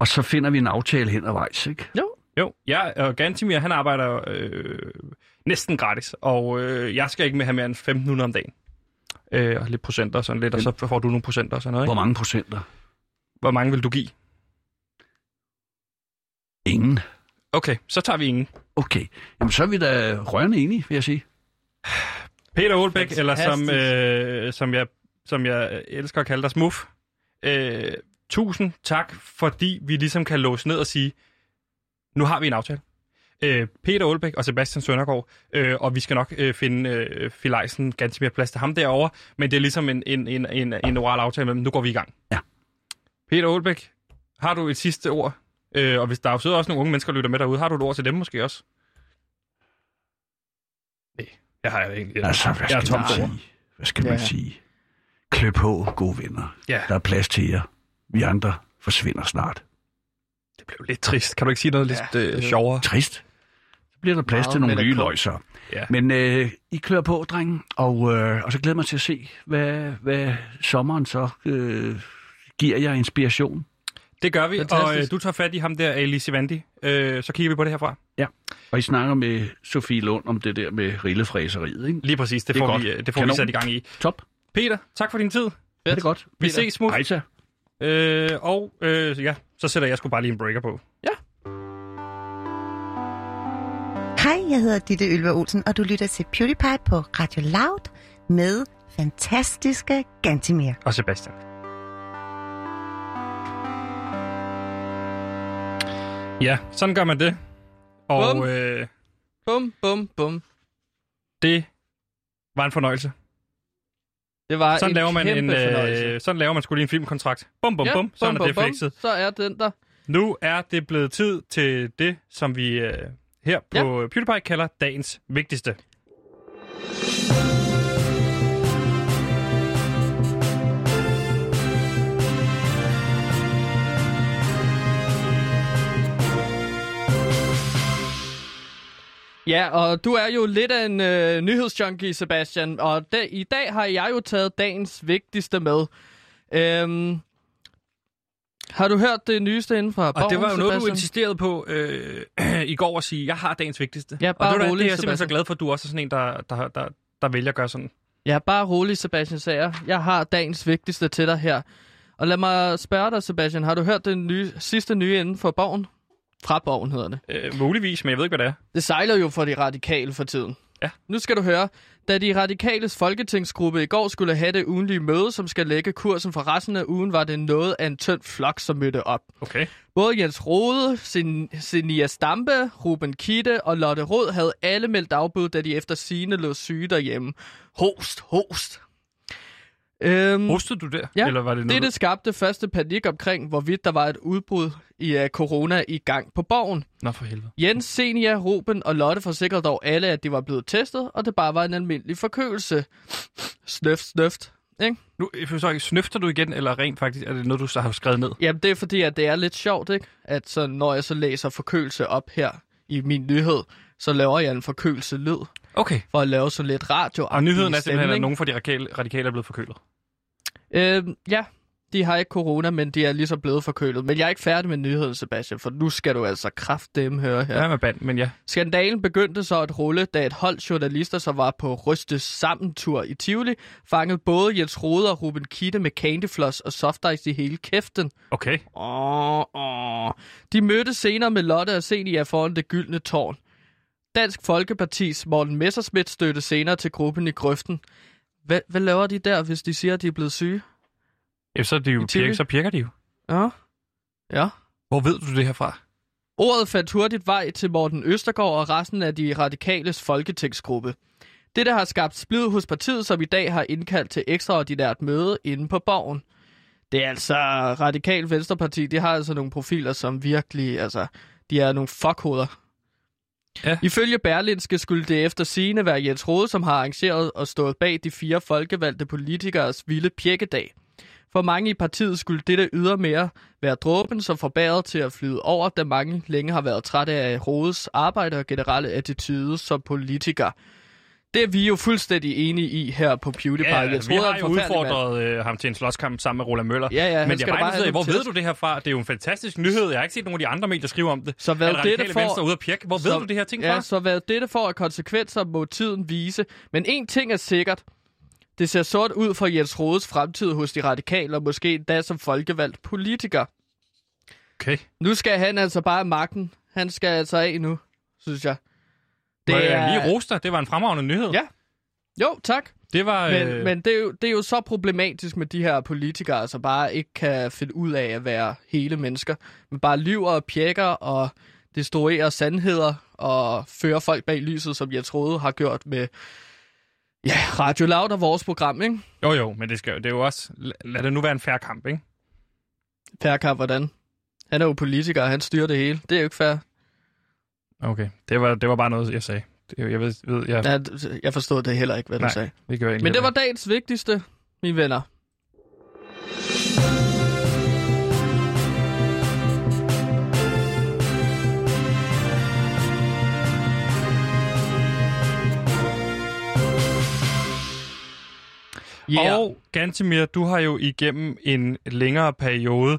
Og så finder vi en aftale hen ad vejs, ikke?
Jo, jeg og Gantimir, han arbejder øh, næsten gratis, og øh, jeg skal ikke med have mere end 1.500 om dagen. Øh, og lidt procenter og sådan lidt, og så får du nogle procenter og sådan noget.
Hvor
Ikke?
mange procenter?
Hvor mange vil du give?
Ingen.
Okay, så tager vi ingen.
Okay. Jamen, så er vi da rørende enige, vil jeg sige.
Peter Aalbæk, eller som,
Fantastisk.
øh, som, jeg, som jeg elsker at kalde dig, Smuf. Øh, tusind tak, fordi vi ligesom kan låse ned og sige, nu har vi en aftale. Øh, Peter Aalbæk og Sebastian Søndergaard, øh, og vi skal nok øh, finde øh, Filejsen ganske mere plads til ham derovre, men det er ligesom en, en, en, en, en oral aftale mellem, nu går vi i gang.
Ja.
Peter Aalbæk, har du et sidste ord? Øh, og hvis der sidder også nogle unge mennesker, der lytter med derude, har du et ord til dem måske også? Nej, jeg har ikke.
Altså, hvad
jeg er
skal
tom
man
for ord.
sige? Hvad skal
Ja,
man
ja.
sige? Klø på, gode venner.
Ja.
Der er plads til jer. Vi andre forsvinder snart.
Det blev lidt trist. Kan du ikke sige noget ja, lidt øh,
det-
sjovere?
Trist. Så bliver der plads
Meget
til nogle nye
melankol-
løjser.
Ja.
Men øh, I klør på, drenge, og, øh, og så glæder jeg mig til at se, hvad, hvad sommeren så øh, giver jer inspiration.
Det gør vi, Fantastisk. og
Fantastisk.
øh, du tager fat i ham der, Ali Sivandi. Øh, så Øh, kigger vi på det herfra.
Ja. Og I snakker med Sofie Lund om det der med rillefræseriet, ikke?
Lige præcis, det,
Det er
det får,
godt.
vi, øh, det får vi
Kanon.
sat i gang i.
Top.
Peter, tak for din tid.
Er det godt?
Vi ses, Smuk.
Ejsa.
Øh, og øh, ja, så sætter jeg sgu bare lige en breaker på.
Hej, jeg hedder Ditte Ylva Olsen, og du lytter til PewDiePie på Radio Loud med fantastiske Gantimir.
Og Sebastian. Ja, sådan gør man det.
Bum.
Og øh,
Bum, bum, bum.
det var en fornøjelse.
Det var
Sådan
en
laver man
kæmpe
en
fornøjelse.
øh, sådan laver man skulle lige en filmkontrakt. Bum bum bum, sådan er det flexet.
Så er den der.
Nu er det blevet tid til det, som vi øh, her på
Ja.
ja. PewDiePie kalder dagens vigtigste.
Ja, og du er jo lidt af en øh, nyhedsjunkie, Sebastian, og da, i dag har jeg jo taget dagens vigtigste med. Øhm, har du hørt det nyeste inden fra
Og det var jo noget, du
Sebastian?
insisterede på øh, i går at sige, jeg har dagens vigtigste.
Ja, bare
og det,
rolig,
det er jeg simpelthen så
Sebastian.
glad for, at du også er sådan en, der, der, der, der vælger at gøre sådan.
Ja, bare rolig, Sebastian Sager. Jeg har dagens vigtigste til dig her. Og lad mig spørge dig, Sebastian, har du hørt den nye, sidste nye inden for Borgen? Fra Borgen hedder det.
Øh, muligvis, men jeg ved ikke, hvad det er.
Det sejler jo for de radikale for tiden.
Ja.
Nu skal du høre. Da de radikales folketingsgruppe i går skulle have det ugenlige møde, som skal lægge kursen for resten af ugen, var det noget af en tynd flok, som mødte op.
Okay.
Både Jens Rode, Sen- Senia Stampe, Ruben Kitte og Lotte Rod havde alle meldt afbud, da de efter sine lå syge derhjemme. Host, host. Øhm,
Rustede du der?
Ja,
Eller var det noget?
det, det skabte første panik omkring, hvorvidt der var et udbrud i uh, corona i gang på borgen.
Nå for helvede.
Jens, Senia, Ruben og Lotte forsikrede dog alle, at de var blevet testet, og det bare var en almindelig forkølelse. Snøft, snøft. Ikke?
Nu, jeg forstår ikke, snøfter du igen, eller rent faktisk, er det noget, du så har skrevet ned?
Jamen, det er fordi, at det er lidt sjovt, ikke? At så, når jeg så læser forkølelse op her i min nyhed, så laver jeg en forkølelse lyd
Okay.
for at lave så lidt radio.
Og nyheden er simpelthen, at nogen fra de radikale, radikale er blevet forkølet.
Øhm, ja, de har ikke corona, men de er lige så blevet forkølet. Men jeg er ikke færdig med nyheden, Sebastian, for nu skal du altså kraftedeme høre her.
Ja. med band, men ja.
Skandalen begyndte så at rulle, da et hold journalister, som var på Rystes sammentur i Tivoli, fangede både Jens Rode og Ruben Kitte med candyfloss og softice i hele kæften.
Okay.
Åh, åh. De mødtes senere med Lotte og Senia foran det gyldne tårn. Dansk Folkepartis Morten Messerschmidt stødte senere til gruppen i grøften. Hvad, hvad laver de der, hvis de siger, at de er blevet syge?
Ja, så, er de jo
I Tivoli?
pirke, så pirker de jo.
Ja. Ja.
Hvor ved du det her fra?
Ordet fandt hurtigt vej til Morten Østergaard og resten af de radikales folketingsgruppe. Dette har skabt splid hos partiet, som i dag har indkaldt til ekstraordinært møde inde på borgen. Det er altså Radikal Venstreparti, de har altså nogle profiler, som virkelig, altså, de er nogle fuckhoveder.
Ja.
Ifølge Berlinske skulle det efter sigende være Jens Rode, som har arrangeret og stået bag de fire folkevalgte politikeres vilde pjekkedag. For mange i partiet skulle dette ydermere være dråben, som får bæret til at flyde over, da mange længe har været trætte af Rodes arbejde og generelle attitude som politiker. Det er vi jo fuldstændig enige i her på PewDiePie. Jens
vi
Rohde er
har
en
jo
forfærdelig mand.
udfordret øh, ham til en slåskamp sammen med Roland Møller.
Ja, ja, han
men
skal
jeg
da
er
bare
bare interesseret
have
i, hvor
den
ved
test.
du det her fra? Det er jo en fantastisk nyhed. Jeg har ikke set nogen af de andre medier skrive om det.
Så hvad
At Radikale
dette får-
Venstre er ude at pirke. Hvor ved du det her ting fra?
Ja, så hvad dette får af konsekvenser, må tiden vise. Men en ting er sikkert. Det ser sort ud for Jens Rodes fremtid hos de radikale, og måske endda som folkevalgt politiker.
Okay.
Nu skal han altså bare af magten. Han skal altså af nu, synes jeg.
Det Må jeg lige rose dig? Det var en fremragende nyhed.
Ja. Jo, tak.
Det var...
Men,
øh,
men det, er jo, det er jo så problematisk med de her politikere, som bare ikke kan finde ud af at være hele mennesker, men bare lyver og pjækker og destruerer sandheder og fører folk bag lyset, som jeg troede har gjort med ja, Radio Loud og vores program, ikke?
Jo, jo, men det, skal, jo- det er jo også... la- Lad det nu være en fair kamp, ikke?
Perkap, hvordan? Han er jo politiker, og han styrer det hele. Det er jo ikke fair.
Okay. Det var, det var bare noget, jeg sagde. Det, jeg ved, ved jeg,
Ja, jeg forstod det heller ikke, hvad du
Nej.
sagde.
det gør jeg
Men det var dagens vigtigste, mine venner.
Yeah. Og Gantemir, du har jo igennem en længere periode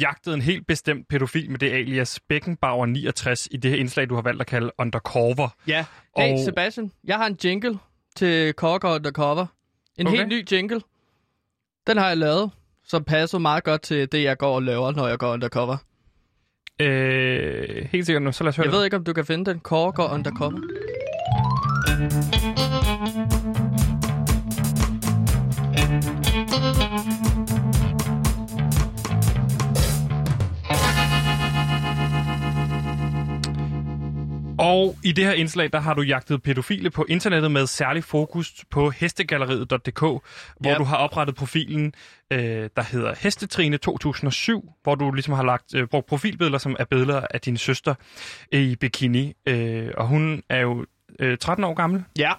jagtede en helt bestemt pædofil med det alias Beckenbauer69 i det her indslag, du har valgt at kalde Undercover.
Ja. Hey,
Og-
Sebastian, jeg har en jingle til Cocker Undercover. En
Okay.
okay. helt ny jingle. Den har jeg lavet, som passer meget godt til det, jeg går og laver, når jeg går undercover.
Øh, helt sikkert nu, så lad os høre
Jeg
det.
ved ikke, om du kan finde den. Cocker Undercover.
Og i det her indslag, der har du jagtet pædofile på internettet med særlig fokus på hestegalleriet.dk, hvor
Yep.
du har oprettet profilen, øh, der hedder Hestetrine 2007, hvor du ligesom har lagt øh, brugt profilbilleder, som er billeder af din søster i bikini. Øh, og hun er jo øh, 13 år gammel,
Ja.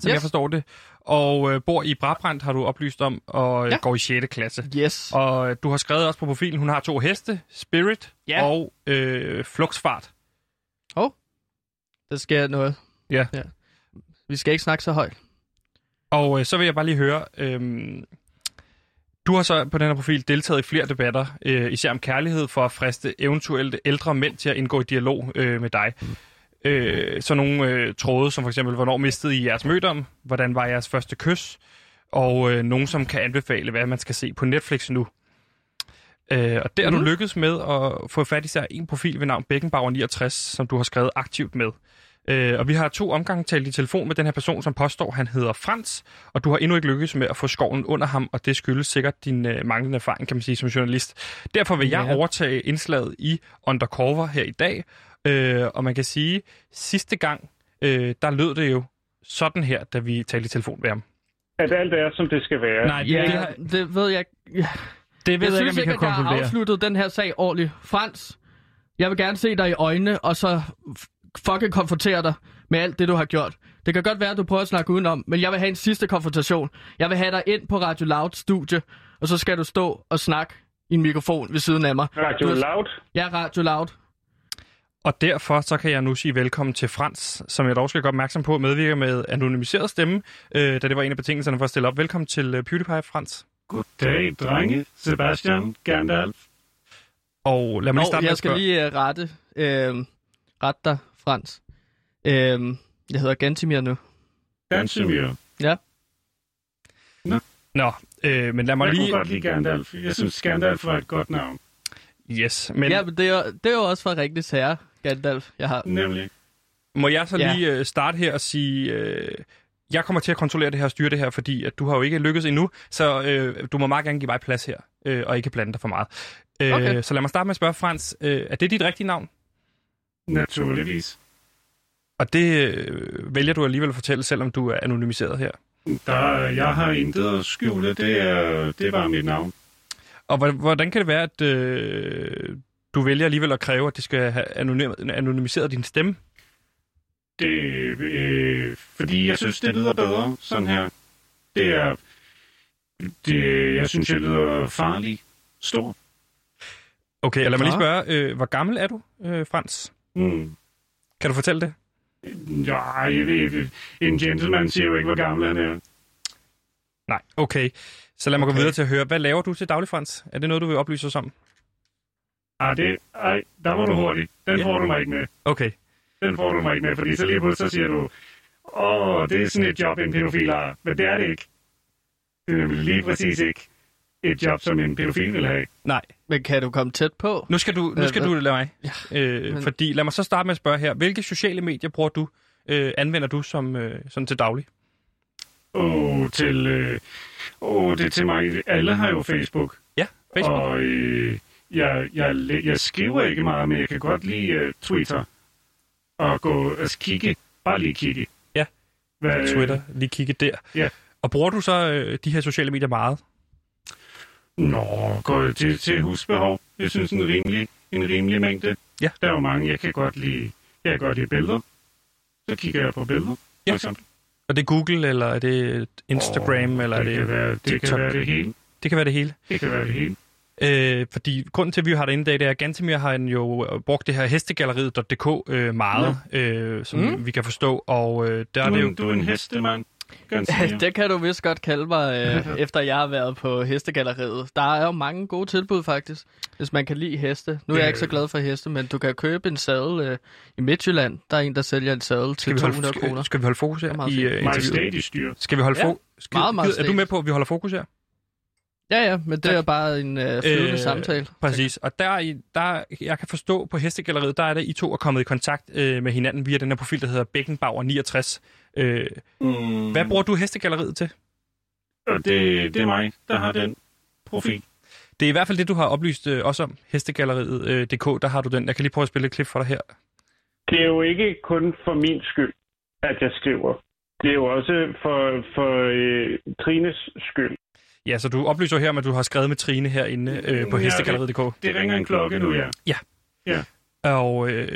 som yes. jeg forstår det, og øh, bor i Brabrand, har du oplyst om, og øh,
Ja.
ja. går i 6. klasse.
Yes.
Og øh, du har skrevet også på profilen, hun har to heste, Spirit
Ja.
og øh, Fluxfart.
Der sker noget.
Ja.
ja. Vi skal ikke snakke så højt.
Og øh, så vil jeg bare lige høre, øhm, du har så på den her profil deltaget i flere debatter, øh, især om kærlighed, for at friste eventuelt ældre mænd til at indgå i dialog øh, med dig. Øh, så nogle øh, tråde, som for eksempel, hvornår mistede I jeres mødom? Hvordan var jeres første kys? Og øh, nogen, som kan anbefale, hvad man skal se på Netflix nu. Øh, og der mm. er du
Mhm.
lykkedes med at få fat i især en profil ved navn Beckenbauer69, som du har skrevet aktivt med. Øh, og vi har to omgange talt i telefon med den her person, som påstår, han hedder Frans, og du har endnu ikke lykkes med at få skoven under ham, og det skyldes sikkert din øh, manglende erfaring, kan man sige, som journalist. Derfor vil jeg
Ja.
overtage indslaget i Undercover her i dag, øh, og man kan sige, sidste gang, øh, der lød det jo sådan her, da vi talte i telefon med ham.
At alt er, som det skal være.
Nej,
Ja, det, har... det ved jeg ikke. Ja.
det
Jeg, jeg synes ikke, at jeg har afsluttet den her sag ordentligt. Frans, jeg vil gerne se dig i øjnene, og så f- fucking konfrontere dig med alt det, du har gjort. Det kan godt være, at du prøver at snakke udenom, men jeg vil have en sidste konfrontation. Jeg vil have dig ind på Radio Loud studie, og så skal du stå og snakke i en mikrofon ved siden af mig.
Radio
Du-
Loud.
Ja, Radio Loud.
Og derfor så kan jeg nu sige velkommen til Frans, som jeg dog skal gøre opmærksom på medvirker med anonymiseret stemme, øh, da det var en af betingelserne for at stille op. Velkommen til øh, PewDiePie, Frans.
Goddag, drenge. Sebastian Gandalf.
Og lad mig lige
Nå,
starte med
jeg
at
skal
spørge.
lige uh, rette, uh, rette dig, Frans. Uh, jeg hedder Gantimir nu.
Gansimir.
Nå, øh, men lad mig
Jeg kunne
lige...
godt lide Gandalf. Jeg synes, Gandalf var et godt navn.
Yes, men
Ja, men det er, jo- det er jo også fra Rigtids Herre, Gandalf, jeg har.
Nemlig.
må jeg så
Ja.
lige øh, starte her og sige... Øh, jeg kommer til at kontrollere det her og styre det her, fordi at du har jo ikke lykkes endnu, så øh, du må meget gerne give mig plads her, øh, og ikke blande dig for meget. Øh,
Okay.
Så lad mig starte med at spørge, Frans, øh, er det dit rigtige navn?
Naturligvis.
Og det øh, vælger du alligevel at fortælle, selvom du er anonymiseret her.
Der, jeg har intet at skjule. Det, er, det var mit navn.
Og hvor- hvordan kan det være, at øh, du vælger alligevel at kræve, at de skal have anonym- anonymiseret din stemme?
Det, øh, fordi jeg synes, det lyder bedre sådan her. Det er... Det, jeg synes, jeg lyder farlig. Stor.
Okay, og lad mig lige
Ja.
spørge, øh, hvor gammel er du, øh, Frans?
Mm.
Kan du fortælle det?
Ja, jeg ved, en gentleman siger jo ikke, hvor gammel han er.
Nej, okay. Så lad mig gå videre til at høre, hvad laver du til daglig, Frans? Er det noget, du vil oplyse os om?
Ah, det, ej, der var du hurtig. Den får du mig ikke med.
Okay.
den får du mig ikke med, fordi så lige pludselig så siger du, åh, det er sådan et job, en pædofil har. Men det er det ikke. Det er nemlig lige præcis ikke et job, som en pædofil vil have.
Nej.
Men kan du komme tæt på?
Nu skal du, nu
Øh,
skal
hvad?
du lade mig. Øh,
men-
fordi lad mig så starte med at spørge her. Hvilke sociale medier bruger du, øh, anvender du som, øh, sådan til daglig?
Åh, til, øh, åh, det er til mig. Alle har jo Facebook.
Ja, Facebook.
Og øh, jeg, jeg, læ- jeg skriver ikke meget, men jeg kan godt lide øh, Twitter. Og gå og kigge. Bare lige kigge.
Ja.
Hvad,
Twitter, lige kigge der.
ja.
Og bruger du så øh, de her sociale medier meget?
Nå, går det til, til husbehov. Jeg synes, en rimelig, en rimelig mængde.
Ja.
Der er jo mange, jeg kan godt lide. Jeg kan godt lide billeder. Så kigger jeg på billeder.
Ja.
for eksempel.
Er det Google, eller er det Instagram, oh, eller er
det, kan
det...
være, det
TikTok?
kan være det hele.
Det kan være det hele.
Det kan være det hele.
Øh, fordi grunden til, at vi har det inde i dag, det er, at Gantemir har han jo brugt det her hestegalleriet.dk øh, meget, øh, som mm. vi kan forstå, og øh, der er
du,
det
er
jo...
en, du er en hestemand.
Gunslinger.
det kan du vist godt kalde mig, øh, efter jeg har været på hestegalleriet. Der er jo mange gode tilbud faktisk, hvis man kan lide heste. Nu er jeg ikke så glad for heste, men du kan købe en sadel øh, i Midtjylland. Der er en, der sælger en sadel
Skal
til
vi holde-
200
skal-
kroner.
skal vi holde fokus her
Det er meget
i,
fint.
øh, Meget interviewet? statisk dyr. Skal vi holde
ja,
fo- skal-
meget, meget
gider- er du
statisk.
med på, at vi holder fokus her?
Ja, ja, men det er bare en øh, flydende øh, samtale.
Præcis. Og der, er I- der, jeg kan forstå på Hestegalleriet, der er det, I to er kommet i kontakt øh, med hinanden via den her profil, der hedder Beckenbauer69. Øh, mm. Hvad bruger du Hestegalleriet til?
Og det, det er mig, der har den profil.
Det er i hvert fald det, du har oplyst øh, også om Hestegalleriet.dk. Øh, DK. der har du den. Jeg kan lige prøve at spille et klip for dig her.
det er jo ikke kun for min skyld, at jeg skriver. Det er jo også for, for øh, Trines skyld.
Ja, så du oplyser her, om, at du har skrevet med Trine herinde øh, på
Ja,
ja,
det-
Hestegalleriet.dk.
det ringer en klokke nu, ja.
Ja.
Ja.
Og øh,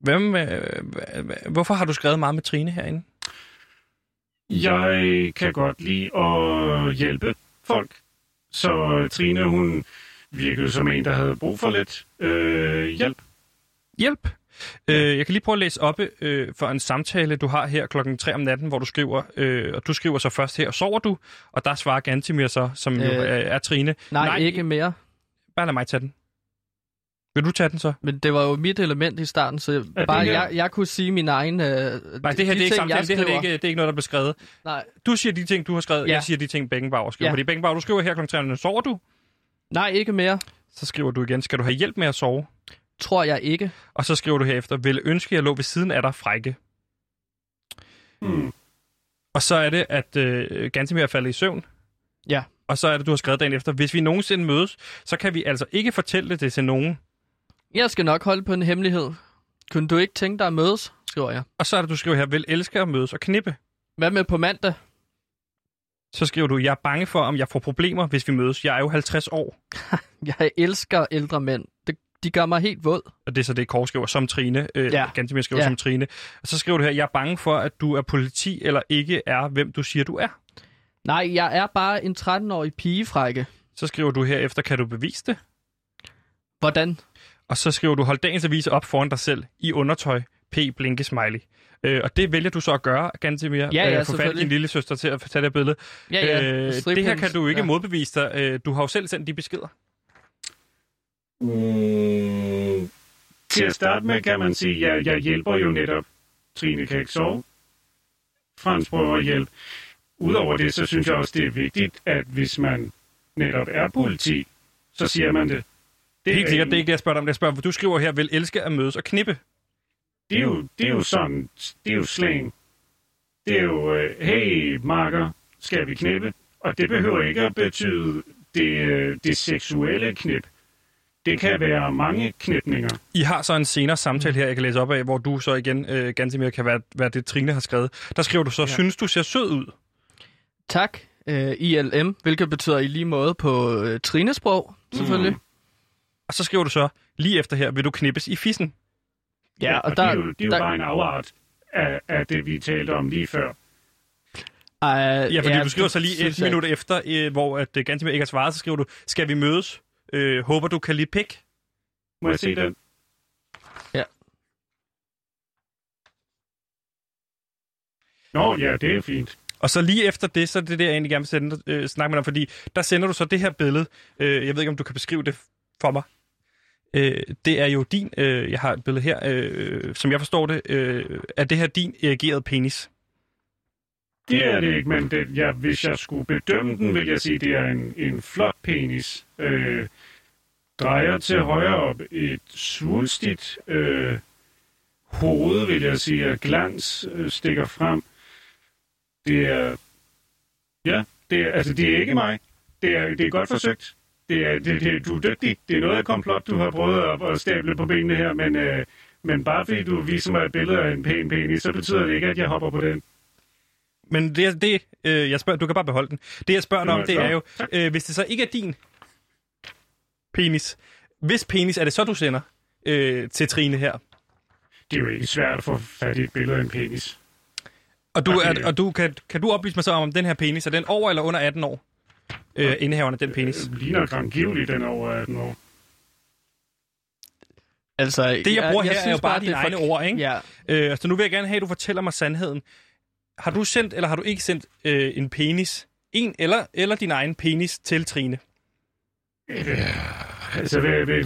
hvem, øh, hva- hva- hvorfor har du skrevet meget med Trine herinde?
Jeg kan godt lide at hjælpe folk. Så Trine, hun virkede som en, der havde brug for lidt øh, hjælp.
Hjælp. Øh, jeg kan lige prøve at læse op øh, for en samtale, du har her klokken 3 om natten, hvor du skriver, øh, og du skriver så først her, sover du? Og der svarer Gantimir så, som jo
Øh,
øh, er Trine.
Nej, nej, ikke mere.
Bare lad mig tage den. Vil du tage den så?
Men det var jo mit element i starten, så
det
bare
her-
jeg, jeg kunne sige min egen... Øh,
Nej, det her det er ikke samtale, det, her, det, er ikke, det er ikke noget, der blev skrevet.
Nej.
Du siger de ting, du har skrevet, ja.
Ja.
jeg siger de ting, Beckenbauer skriver. Ja.
Ja.
Fordi Beckenbauer, du skriver her klokken 3 om natten, sover du?
Nej, ikke mere.
Så skriver du igen, skal du have hjælp med at sove?
Tror jeg ikke.
Og så skriver du herefter, vil ønske, jeg lå ved siden af dig, frække.
Hmm.
Og så er det, at øh, Gantemir er faldet i søvn.
Ja.
Og så er det, du har skrevet dagen efter, hvis vi nogensinde mødes, så kan vi altså ikke fortælle det til nogen.
Jeg skal nok holde på en hemmelighed. Kunne du ikke tænke dig at mødes, skriver jeg.
Og så er det, du skriver her, vil elske at mødes og knippe.
Hvad med på mandag?
Så skriver du, jeg er bange for, om jeg får problemer, hvis vi mødes. Jeg er jo 50 år.
Jeg elsker ældre mænd. Det, de gør mig helt våd.
Og det er så det, Kåre skriver som Trine. Øh, ja.
Ja.
Gantemir skriver ja.
Ja.
som Trine. Og så skriver du her, jeg er bange for, at du er politi eller ikke er, hvem du siger, du er.
Nej, jeg er bare en 13-årig pigefrække.
Så skriver du herefter, kan du bevise det?
Hvordan?
Og så skriver du, hold dagens avis op foran dig selv i undertøj, p blinke smiley. Øh, og det vælger du så at gøre, Gantemir. Ja,
ja,
få fat i din
selvfølgelig.
lille søster til at tage det billede.
Ja, ja.
Øh, det her
Striphendes.
kan du ikke ja.
Ja.
modbevise dig. Øh, du har jo selv sendt de beskeder.
Mm. Til at starte med kan man sige, at jeg, jeg hjælper jo netop. Trine kan ikke sove. Frans prøver at hjælpe. Udover det, så synes jeg også, det er vigtigt, at hvis man netop er politi, så siger man det.
Det er helt
er
sikkert,
en-
det er ikke det, jeg spørger dig om. Jeg spørger, du skriver her, vil elske at mødes og knippe.
Det er jo, det er jo sådan, det er jo slang. Det er jo, øh, hey marker, skal vi knippe? Og det behøver ikke at betyde det, øh, det seksuelle knip. Det kan være mange knipninger.
I har så en senere samtale her, jeg kan læse op af, hvor du så igen, øh, Gantemir, kan være, være det, Trine har skrevet. Der skriver du så, ja. synes du ser sød ud?
Tak, øh, ILM, hvilket betyder i lige måde på øh, trinesprog, selvfølgelig. Mm.
Og så skriver du så, lige efter her, vil du knippes i fissen?
Ja, og
det
der-
er jo, det er jo
der-
bare en afart af, af det, vi talte om lige før.
Uh,
Ja, fordi ja, du skriver så lige et minut efter, øh, hvor at øh, Gantemir ikke har svaret, så skriver du, skal vi mødes? Øh, håber du kan lide pik?
Må jeg se den?
Ja.
Nå, ja, det er fint.
Og så lige efter det, så er det der, jeg egentlig gerne vil sende, øh, snakke med dig om, fordi der sender du så det her billede. Øh, jeg ved ikke, om du kan beskrive det for mig. Øh, det er jo din, øh, jeg har et billede her, øh, som jeg forstår det, øh, er det her din erigerede penis?
Det er det ikke, men det, ja, hvis jeg skulle bedømme den, vil jeg sige, det er en, en flot penis. Øh, drejer til højre op et svulstigt øh, hoved, vil jeg sige, og glans øh, stikker frem. Det er... Ja, det er, altså, det er ikke mig. Det er, det er godt forsøgt. Det er, det, det, du er dygtig. Det er noget af et komplot, du har prøvet at, at stable på benene her, men, øh, men bare fordi du viser mig et billede af en pæn penis, så betyder det ikke, at jeg hopper på den.
Men det, er- det øh, jeg spørger, du kan bare beholde den. Det, jeg spørger dig om,
Det
det
må
er
jeg
jo, øh, hvis det så ikke er din penis, hvis penis er det så, du sender øh, til Trine her?
Det er jo ikke svært at få fat i et billede af en penis.
Og, du,
Okay.
er, og du, kan, kan du oplyse mig så om, om den her penis, er den over eller under 18 år? Øh, indehaveren af den penis.
Det ligner grangivelig den er over 18 år.
Altså,
Det, jeg bruger her, er jo
synes
bare dine
det
egne
for-
ord, ikke?
Ja.
Øh, så nu vil jeg gerne have, at du fortæller mig sandheden. har du sendt, eller har du ikke sendt øh, en penis, en eller, eller din egen penis til Trine?
Altså, hvad, hvad,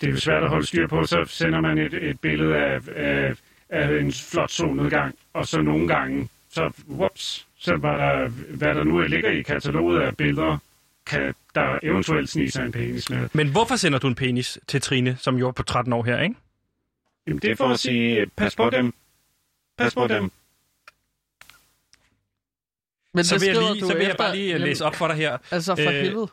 det er jo svært at holde styr på, så sender man et, et billede af, af, af en flot solnedgang, og så nogle gange, så, whoops, så var der, hvad der nu ligger i kataloget af billeder, kan der eventuelt snige sig en penis med.
Men hvorfor sender du en penis til Trine, som jo er på 13 år her, ikke?
Jamen, det er for at sige, pas på dem. Pas på dem.
Men så
det
vil jeg,
skriver
lige,
du
så vil jeg
efter-
bare lige øh,
Jamen,
læse op for dig her. Øh,
altså, for helvede.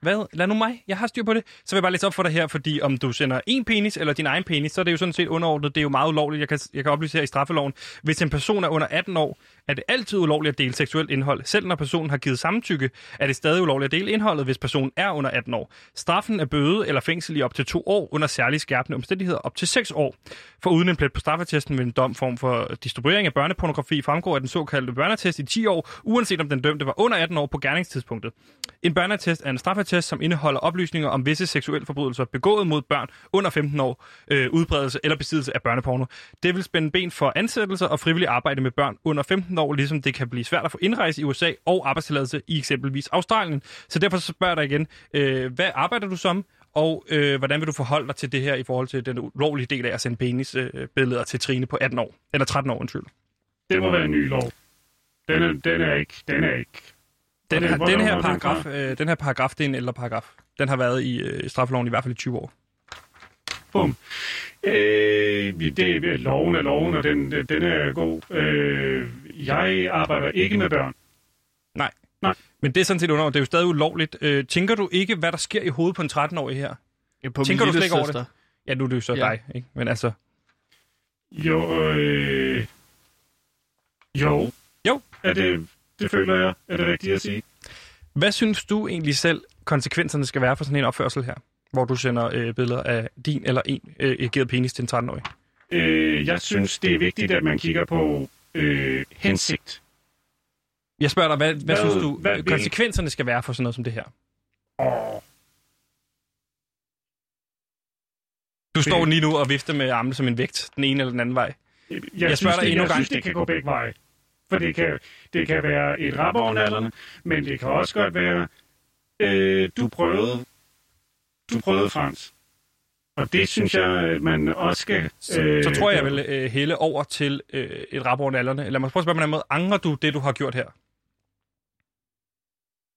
Hvad? Lad nu mig. Jeg har styr på det. Så vil jeg bare læse op for dig her, fordi om du sender en penis eller din egen penis, så er det jo sådan set underordnet. Det er jo meget ulovligt. Jeg kan, jeg kan oplyse her i straffeloven. Hvis en person er under 18 år, er det altid ulovligt at dele seksuelt indhold. Selv når personen har givet samtykke, er det stadig ulovligt at dele indholdet, hvis personen er under 18 år. Straffen er bøde eller fængsel i op til to år under særligt skærpende omstændigheder op til seks år. For uden en plet på straffetesten vil en dom form for distribuering af børnepornografi fremgår af den såkaldte børneattest i 10 år, uanset om den dømte var under 18 år på gerningstidspunktet. En børneattest er en straffatest, som indeholder oplysninger om visse seksuelle forbrydelser begået mod børn under 15 år, øh, udbredelse eller besiddelse af børneporno. Det vil spænde ben for ansættelser og frivillig arbejde med børn under 15 år, ligesom det kan blive svært at få indrejse i USA og arbejdstilladelse i eksempelvis Australien. Så derfor så spørger jeg dig igen, øh, hvad arbejder du som, og øh, hvordan vil du forholde dig til det her i forhold til den ulovlige del af at sende penisbilleder øh, billeder til Trine på 18 år? Eller 13 år, undskyld.
Det må være en ny lov. Den er, den er ikke, den er ikke.
Den,
Hvor-
her,
hvor-
den,
hvor-
her
hvor-
paragraf, øh, den her paragraf, det er en ældre paragraf. Den har været i øh, straffeloven i hvert fald i 20 år.
Bum. Øh, det er loven er loven, og den, den er god. Øh, jeg arbejder ikke med børn.
Nej. Nej. Men det er sådan set under, det er jo stadig ulovligt. Øh, tænker du ikke, hvad der sker i hovedet på en 13-årig her?
Ja, på min
tænker du
lille
slet ikke over
søster.
det? Ja, nu er det jo så
Ja.
ja. dig, ikke? Men altså...
Jo, øh... Jo.
Jo.
Er det, det føler jeg, er det rigtigt at sige.
Hvad synes du egentlig selv, konsekvenserne skal være for sådan en opførsel her? Hvor du sender øh, billeder af din eller en øh, erigeret penis til en 13-årig?
Øh, jeg synes, det er vigtigt, at man kigger på øh, hensigt.
Jeg spørger dig, hvad, hvad,
Hvad-
hvad synes du,
hvad
hvad
vil-
konsekvenserne skal være for sådan noget som det her? Du står lige nu og vifter med armene som en vægt, den ene eller den anden vej.
Jeg, jeg synes, det, jeg synes, det kan gå begge veje. For det kan, det kan være et rap over nallerne, men det kan også godt være, øh, du prøvede, du prøvede Frans. Og det synes jeg, at man også skal...
Så, så tror jeg, jeg vil øh, hælde over til øh, et rap over nallerne. Lad mig prøve at spørge på en anden måde. Angrer du det, du har gjort her?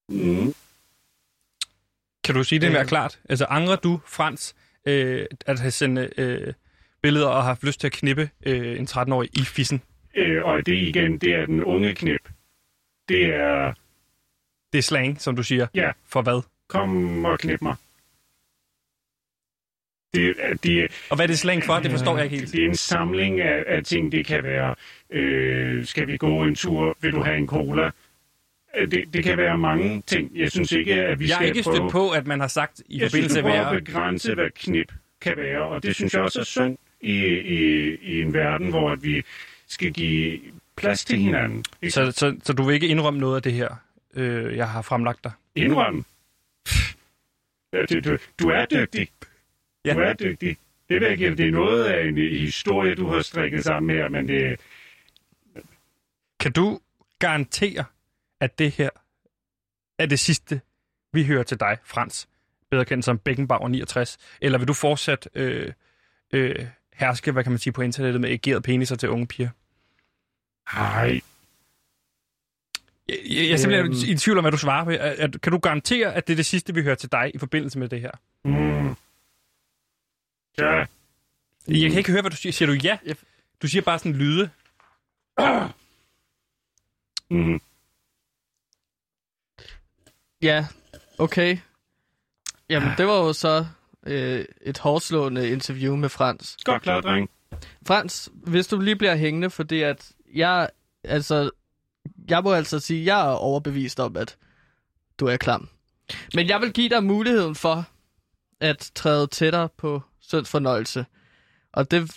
Mm.
Kan du sige det
Øh.
mere klart? Altså, angrer du, Frans, øh, at have sendt øh, billeder og har haft lyst til at knippe øh, en 13-årig i fissen?
Øh, og det igen, det er den unge knip. Det er,
Det er slang, som du siger.
Ja.
For hvad?
kom og knip mig. Det, er- det, er-
Og hvad er det slang for? Det forstår jeg ikke helt.
Det er en samling af, af ting. Det kan være, øh, skal vi gå en tur? Vil du have en cola? Øh, Det, det kan være mange ting. Jeg synes ikke, at vi
jeg er
skal
ikke
prøve...
stødt på, at man har sagt i
jeg synes,
forbindelse
du
med...
prøver at begrænse, hvad knip kan være, og det synes jeg også er synd i, i, i en verden, hvor at vi skal give plads til hinanden. Ikke?
Så, så, så du vil ikke indrømme noget af det her, øh, jeg har fremlagt dig?
Indrømme. Ja, Du, du, du er dygtig.
Ja.
Du er dygtig. Det vil jeg give dig. Det er noget af en øh, historie, du har strikket sammen her, men øh, det,
Kan du garantere, at det her er det sidste, vi hører til dig, Frans? Bedre kendt som Beckenbauer 69. Eller vil du fortsat øh, øh, herske, hvad kan man sige, på internettet med agerede peniser til unge piger?
Hej.
Jeg, jeg, jeg er simpelthen øhm. i tvivl om, hvad du svarer på. Er- er- Kan du garantere, at det er det sidste, vi hører til dig i forbindelse med det her?
Mm. Ja.
Jeg kan ikke høre, hvad du siger. Siger du ja? Du siger bare sådan lyde.
Mm.
Ja, okay. Jamen, det var jo så øh, et hårdslående interview med Frans.
Godt klaret, dreng.
Frans, hvis du lige bliver hængende, fordi at jeg, altså, jeg må altså sige, jeg er overbevist om, at du er klam. Men jeg vil give dig muligheden for at træde tættere på sød fornøjelse. Og det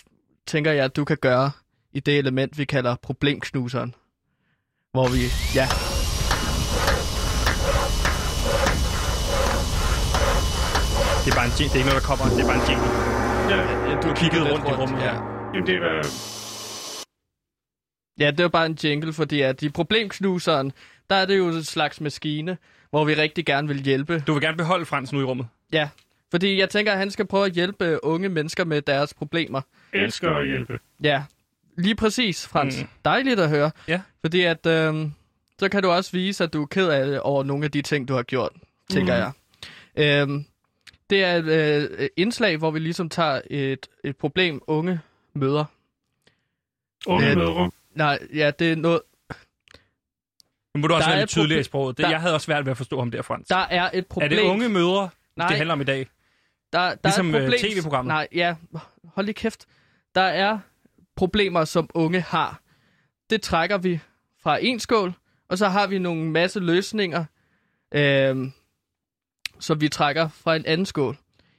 tænker jeg, at du kan gøre i det element, vi kalder problemknuseren. Hvor vi, ja,
Det er bare en jingle. Det er ikke noget, der kommer. Det er bare en jingle.
Ja.
Du har kigget rundt i rummet her.
Jamen, det var...
Ja, det var bare en jingle, fordi at i Problemknuseren, der er det jo en slags maskine, hvor vi rigtig gerne vil hjælpe.
Du vil gerne beholde Frans nu i rummet?
Ja, fordi jeg tænker, at han skal prøve at hjælpe øh, unge mennesker med deres problemer.
Elsker at hjælpe.
Ja, lige præcis, Frans. Mm. Dejligt at høre.
Ja.
Fordi at, øh, så kan du også vise, at du er ked af det over nogle af de ting, du har gjort, tænker
Mhm.
jeg. Øhm, det er et øh, indslag, hvor vi ligesom tager et, et problem, unge møder.
Unge
Øh,
mødre.
Nej, ja, det er noget...
Nu må du også
Der
være
er
lidt
et
tydelig i
proble-
sproget. Det,
der-
jeg havde også svært ved at forstå ham der, Frans.
Der er et problem...
Er det unge mødre,
Nej.
det handler om i dag?
Der, der
Ligesom,
er
øh,
et problem...
TV-programmet.
Nej, ja. Hold lige kæft. Der er problemer, som unge har. Det trækker vi fra en skål, og så har vi nogle masse løsninger, øhm, som vi trækker fra en anden skål.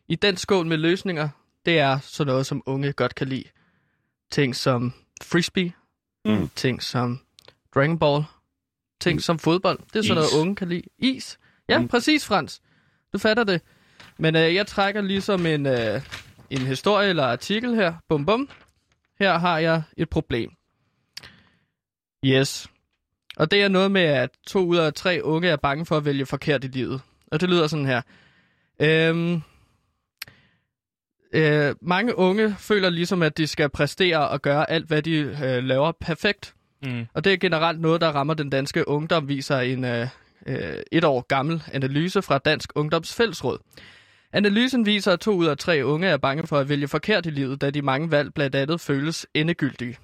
I den skål med løsninger, det er sådan noget, som unge godt kan lide. Ting som frisbee,
Mm.
ting som Dragon Ball, ting som fodbold. Det er sådan
Is.
noget, unge kan lide. Is. Ja, mm. præcis, Frans. Du fatter det. Men øh, jeg trækker ligesom en, øh, en historie eller artikel her. Bum bum. Her har jeg et problem. Yes. Og det er noget med, at to ud af tre unge er bange for at vælge forkert i livet. Og det lyder sådan her. Øhm, øh, mange unge føler ligesom, at de skal præstere og gøre alt, hvad de øh, laver perfekt.
Mm.
Og det er generelt noget, der rammer den danske ungdom, viser en øh, øh, et år gammel analyse fra Dansk Ungdoms Fællesråd. Analysen viser, at to ud af tre unge er bange for at vælge forkert i livet, da de mange valg blandt andet føles endegyldige.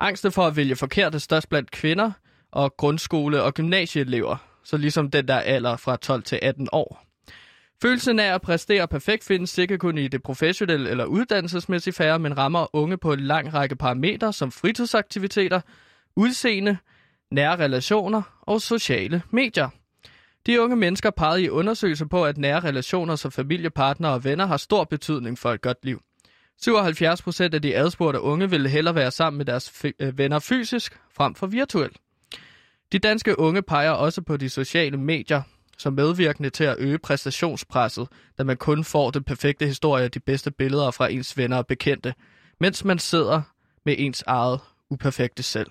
Angsten for at vælge forkert er størst blandt kvinder og grundskole- og gymnasieelever, så ligesom den der alder fra 12 til 18 år. Følelsen af at præstere perfekt findes sikkert kun i det professionelle eller uddannelsesmæssige færre, men rammer unge på en lang række parametre som fritidsaktiviteter, udseende, nære relationer og sociale medier. De unge mennesker pegede i undersøgelser på, at nære relationer som familie, partnere og venner har stor betydning for et godt liv. 77 procent af de adspurgte unge ville hellere være sammen med deres fy- øh, venner fysisk frem for virtuelt. De danske unge peger også på de sociale medier som medvirkende til at øge præstationspresset, da man kun får den perfekte historie og de bedste billeder fra ens venner og bekendte, mens man sidder med ens eget uperfekte selv.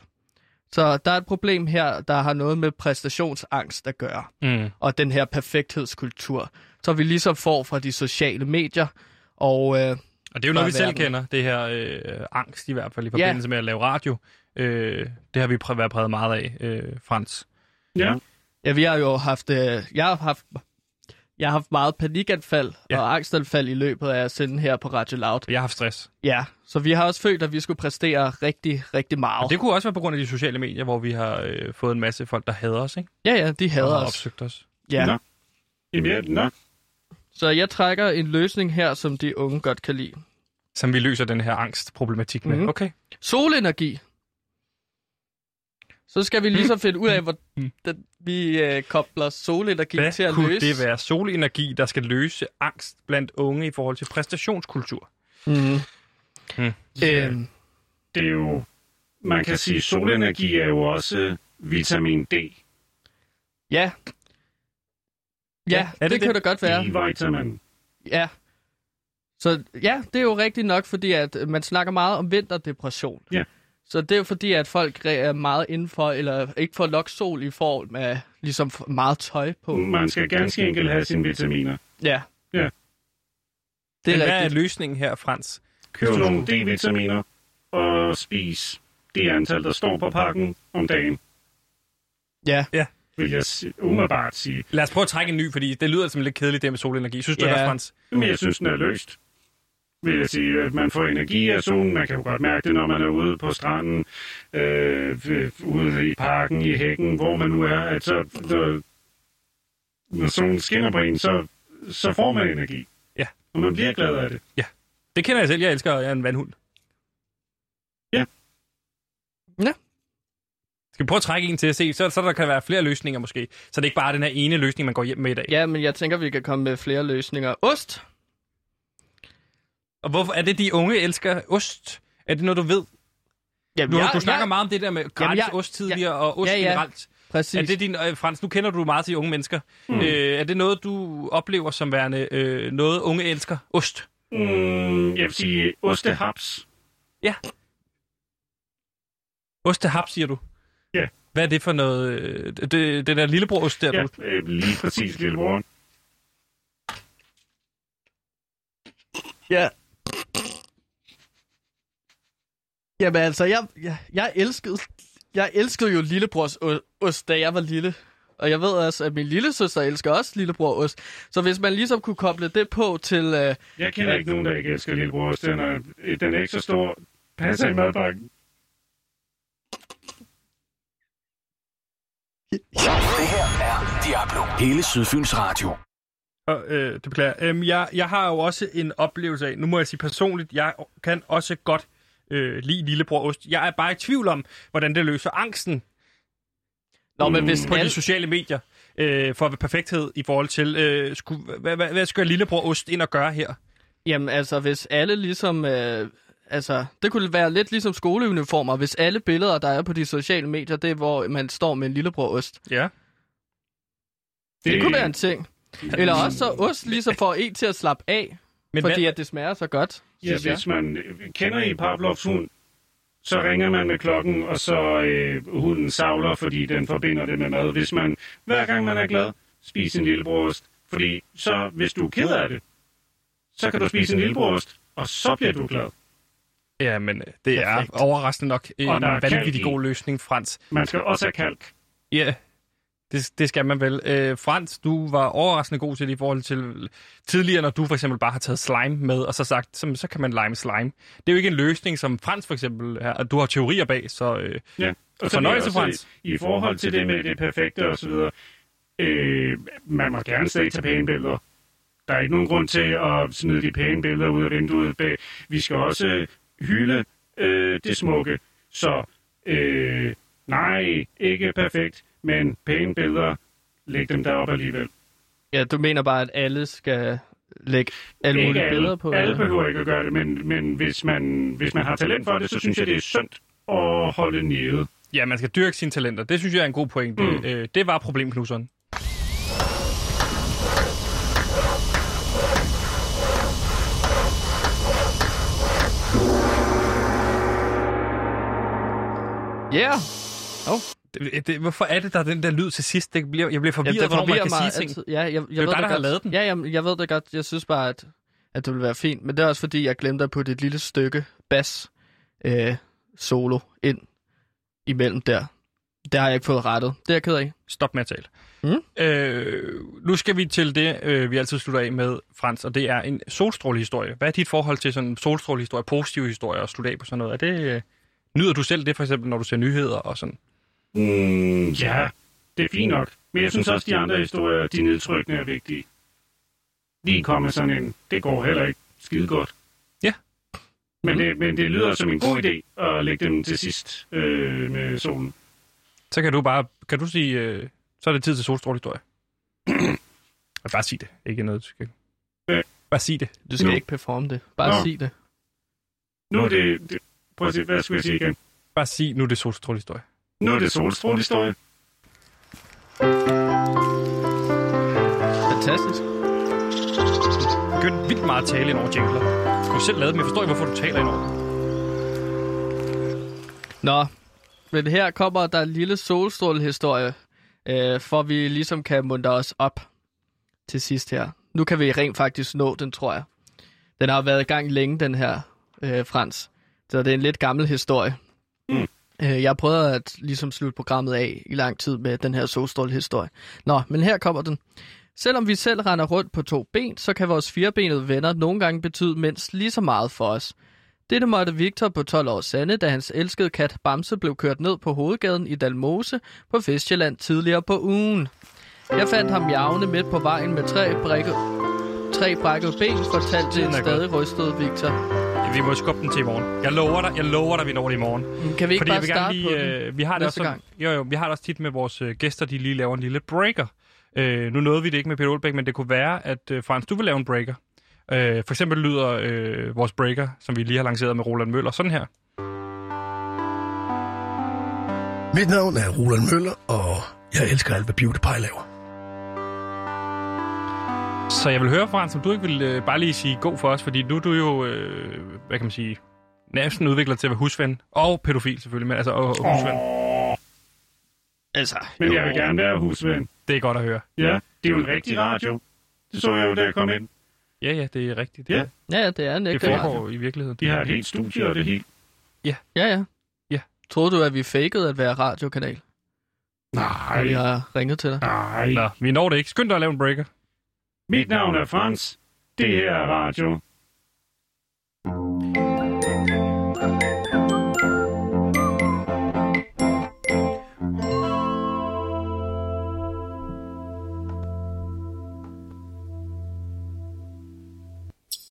Så der er et problem her, der har noget med præstationsangst at gøre
Mm.
og den her perfekthedskultur, som vi ligesom får fra de sociale medier. Og, øh,
Og det er jo noget, vi selv kender, det her øh, angst i hvert fald i forbindelse med at lave radio. Øh, det har vi præ- været præget meget af, øh, Frans.
Ja.
Ja, vi har jo haft, øh, jeg har haft, jeg har haft meget panikanfald ja. og angstanfald i løbet af at sende her på Radio Loud.
Jeg har haft stress.
Ja, så vi har også følt, at vi skulle præstere rigtig, rigtig meget.
Og det kunne også være på grund af de sociale medier, hvor vi har øh, fået en masse folk, der hader os, ikke?
Ja, ja, de hader
og har
os.
opsøgt os.
Ja.
Nå. Jamen, nå.
Så jeg trækker en løsning her, som de unge godt kan lide.
Som vi løser den her angstproblematik med.
Mhm.
Mm. Okay.
Solenergi. Så skal vi ligesom finde ud af, hvordan vi øh, kobler solenergi
Mm. Hvad
til at
kunne
løse.
det være? Solenergi, der skal løse angst blandt unge i forhold til præstationskultur.
Mm.
Mm.
Øhm,
det er jo, man kan sige, solenergi er jo også øh, vitamin D.
Ja. Ja,
er
ja det,
det
det kan da
det?
godt være.
D-vitamin.
Ja. Så ja, det er jo rigtigt nok, fordi at øh, man snakker meget om vinterdepression.
Ja.
Så det er jo fordi, at folk re- er meget indenfor, eller ikke får nok sol i form af ligesom f- meget tøj på.
Man skal ganske enkelt have sine vitaminer.
Ja,
Mm.
det
Ja.
er
Men
rigtigt.
hvad er løsningen her, Frans?
Køb nogle D-vitaminer og spis det antal, der står på pakken om dagen,
Ja.
ja.
vil jeg si- umiddelbart sige.
Lad os prøve at trække en ny, fordi det lyder som lidt kedeligt, det med solenergi. Synes du,
Ja.
det er Frans?
Men jeg synes, den er løst. Vil jeg sige, at man får energi af solen. Man kan jo godt mærke det, når man er ude på stranden, øh, øh, ude i parken, i hækken, hvor man nu er. At så, når, når solen skinner på en, så, så får man energi.
Ja.
Og man bliver glad af det.
Ja. Det kender jeg selv. Jeg elsker, at jeg er en vandhund.
Ja.
Ja.
Skal vi prøve at trække en til at se, så, så der kan være flere løsninger måske. Så det er ikke bare den her ene løsning, man går hjem med i dag.
ja, men jeg tænker, vi kan komme med flere løsninger. Ost?
Og hvorfor er det, de unge elsker ost? Er det noget, du ved?
Jamen,
du,
jeg-
du snakker
jeg-
meget om det der med gratis
jeg-
ost tidligere og ost
Ja, ja.
generelt.
Præcis.
Er det din, øh, Frans, nu kender du meget til unge mennesker. Mm. Øh, er det noget, du oplever som værende øh, noget, unge elsker? Ost?
Mm, jeg vil sige ostehaps.
Ja. Ostehap, siger du?
Ja.
Hvad er det for noget? øh, Det, det er der lillebror ost der,
Ja,
du...
øh, lige præcis, lillebror.
Ja. Jamen altså, jeg, jeg, jeg, elskede, jeg elskede jo lillebrors o- ost, da jeg var lille. Og jeg ved også, at min lille søster elsker også lillebror ost. Så hvis man ligesom kunne koble det på til... Øh,
Jeg kender ikke nogen, der ikke elsker lillebror. Den er, den er ikke så stor. Passer i madpakken.
Det her er Diablo. Hele Sydfyns Radio.
Og, øh, det beklager. jeg. Øhm, jeg, jeg har jo også en oplevelse af, nu må jeg sige personligt, jeg kan også godt øh, lide lillebror ost. Jeg er bare i tvivl om, hvordan det løser angsten
Nå, men hvis
på de
alle-
sociale medier øh, for perfekthed i forhold til, øh, skulle, hvad, hvad, hvad skal lillebror ost ind og gøre her?
Jamen altså, hvis alle ligesom... Øh, altså, det kunne være lidt ligesom skoleuniformer. Hvis alle billeder, der er på de sociale medier, det er, hvor man står med en lillebror ost.
Ja.
Det,
Det-
det kunne være en ting. Eller også så ost ligesom får en til at slappe af,
Men
Men fordi
hvad-
at det smager så godt.
Ja,
synes jeg.
hvis man øh, kender I Pavlovs hund, så ringer man med klokken, og så øh, hunden savler, fordi den forbinder det med mad. Hvis man, hver gang man er glad, spiser en lillebrost. Fordi så, hvis du er ked af det, så kan du spise en lillebrost, og så bliver du glad.
Ja, men øh, det er Perfekt. overraskende nok en
Og der er kalk i.
vanvittig god løsning, Frans.
Man skal også have kalk.
Ja, det, det skal man vel. Øh, Frans, du var overraskende god til det i forhold til tidligere, når du for eksempel bare har taget slime med, og så sagt, så, så kan man lime slime. Det er jo ikke en løsning, som Frans for eksempel er, og du har teorier bag, så øh,
Ja.
og
så vil jeg
fornøjelse,
også,
Frans.
I forhold til det med det perfekte og så videre, øh, man må gerne stadig tage pæne billeder. Der er ikke nogen grund til at smide de pæne billeder ud af vinduet bag. Vi skal også øh, hylde øh, det smukke. Så øh, nej, ikke perfekt, men pæne billeder, læg dem deroppe alligevel.
Ja, du mener bare, at alle skal lægge alle
Ikke
mulige billeder på?
Alle
eller?
behøver ikke at gøre det, men, men hvis, man, hvis man har talent for det, så synes jeg, det er synd at holde nede.
Ja, man skal dyrke sine talenter. Det synes jeg er en god pointe. Mm. Øh, det var problemknuseren.
Ja. Yeah.
Oh. Det, det, hvorfor er det, der er den der lyd til sidst? Det bliver, jeg bliver forvirret,
Jamen, det
hvornår man
forvirrer
kan
mig
sige ting.
altid. Ja, jeg, jeg
det er
ved
jo dig,
det
der har
godt.
lavet den.
Ja, jamen, jeg ved det godt. Jeg synes bare, at, at det ville være fint. Men det er også fordi, jeg glemte at putte et lille stykke bas øh, solo ind imellem der. Det har jeg ikke fået rettet. Det er jeg ked af.
Stop med at tale.
Mm?
Øh, nu skal vi til det, øh, vi altid slutter af med, Frans, og det er en solstrålehistorie. Hvad er dit forhold til sådan en solstrålehistorie, positive historier og slutte af på sådan noget? Er det, øh, nyder du selv det for eksempel, når du ser nyheder og sådan?
Mm, ja, det er fint nok. Men jeg synes også, de andre historier, de nedtrykkende er vigtige. Lige komme sådan en, det går heller ikke skide godt.
Ja.
Men det, men det lyder som en god idé at lægge dem til sidst øh, med solen.
Så kan du bare, kan du sige, øh, så er det tid til solstrålehistorie. Og bare sig det, ikke noget. Du skal... Bare sig det.
Du skal
Nu.
ikke performe det. Bare
Nå.
sig det.
Nu er det, det prøv at se, hvad skulle jeg sige igen?
Bare sig, nu er det solstrålehistorie.
Nu er det solstrålehistorie.
Fantastisk.
Begyndte vildt meget at tale ind over jingler. Du selv lavede dem, jeg forstår ikke, hvorfor du taler ind over dem.
Nå, men her kommer der en lille solstrålehistorie, øh, for vi ligesom kan muntre os op til sidst her. Nu kan vi rent faktisk nå den, tror jeg. Den har været i gang længe, den her, øh, Frans. Så det er en lidt gammel historie.
Mm.
Øh, jeg prøvede at ligesom slutte programmet af i lang tid med den her solstrålehistorie. Nå, men her kommer den. Selvom vi selv render rundt på to ben, så kan vores firebenede venner nogle gange betyde mindst lige så meget for os. Dette måtte Victor på 12 år sande, da hans elskede kat Bamse blev kørt ned på hovedgaden i Dalmose på Vestjylland tidligere på ugen. Jeg fandt ham javne midt på vejen med tre, brække, tre brækkede ben, fortalte en
Tiden er gået.
stadig rystet Victor.
Ja, Vi må skubbe den til i morgen. Jeg lover dig, jeg lover dig, vi når det i morgen.
Kan vi ikke
Fordi
bare
jeg vil gerne
starte på
lige,
den
øh, vi har det
næste
også, som-
gang?
Jo, jo, vi har det også tit med vores øh, gæster, de lige laver en lille breaker. Øh, nu nåede vi det ikke med Peter Olbæk, men det kunne være, at øh, Frans, du vil lave en breaker. Øh, for eksempel lyder øh, vores breaker, som vi lige har lanceret med Roland Møller, sådan her.
Mit navn er Roland Møller, og jeg elsker alt, hvad Beauty Pie laver.
Så jeg vil høre, Frans, om du ikke vil øh, bare lige sige god for os, fordi nu er du jo, øh, hvad kan man sige, Namsen udvikler til at være husven. Og pædofil selvfølgelig, men altså og, og husven.
Altså,
Men jeg vil gerne være husven.
Det er godt at høre.
Ja, det er jo en rigtig radio. Det så jeg jo, da jeg kom ind.
Ja, ja, det er rigtigt. Det,
Ja.
er-
Ja, det er en
det
ægte
foregår i virkeligheden.
De har et helt studie, og det er helt...
Ja.
Ja, ja.
Ja.
Troede du, at vi fakede at være radiokanal?
Nej.
Når vi har ringet til dig?
Nej.
Nå, vi når det ikke. Skynd dig at lave en breaker.
Mit navn er Frans. Det her er radio.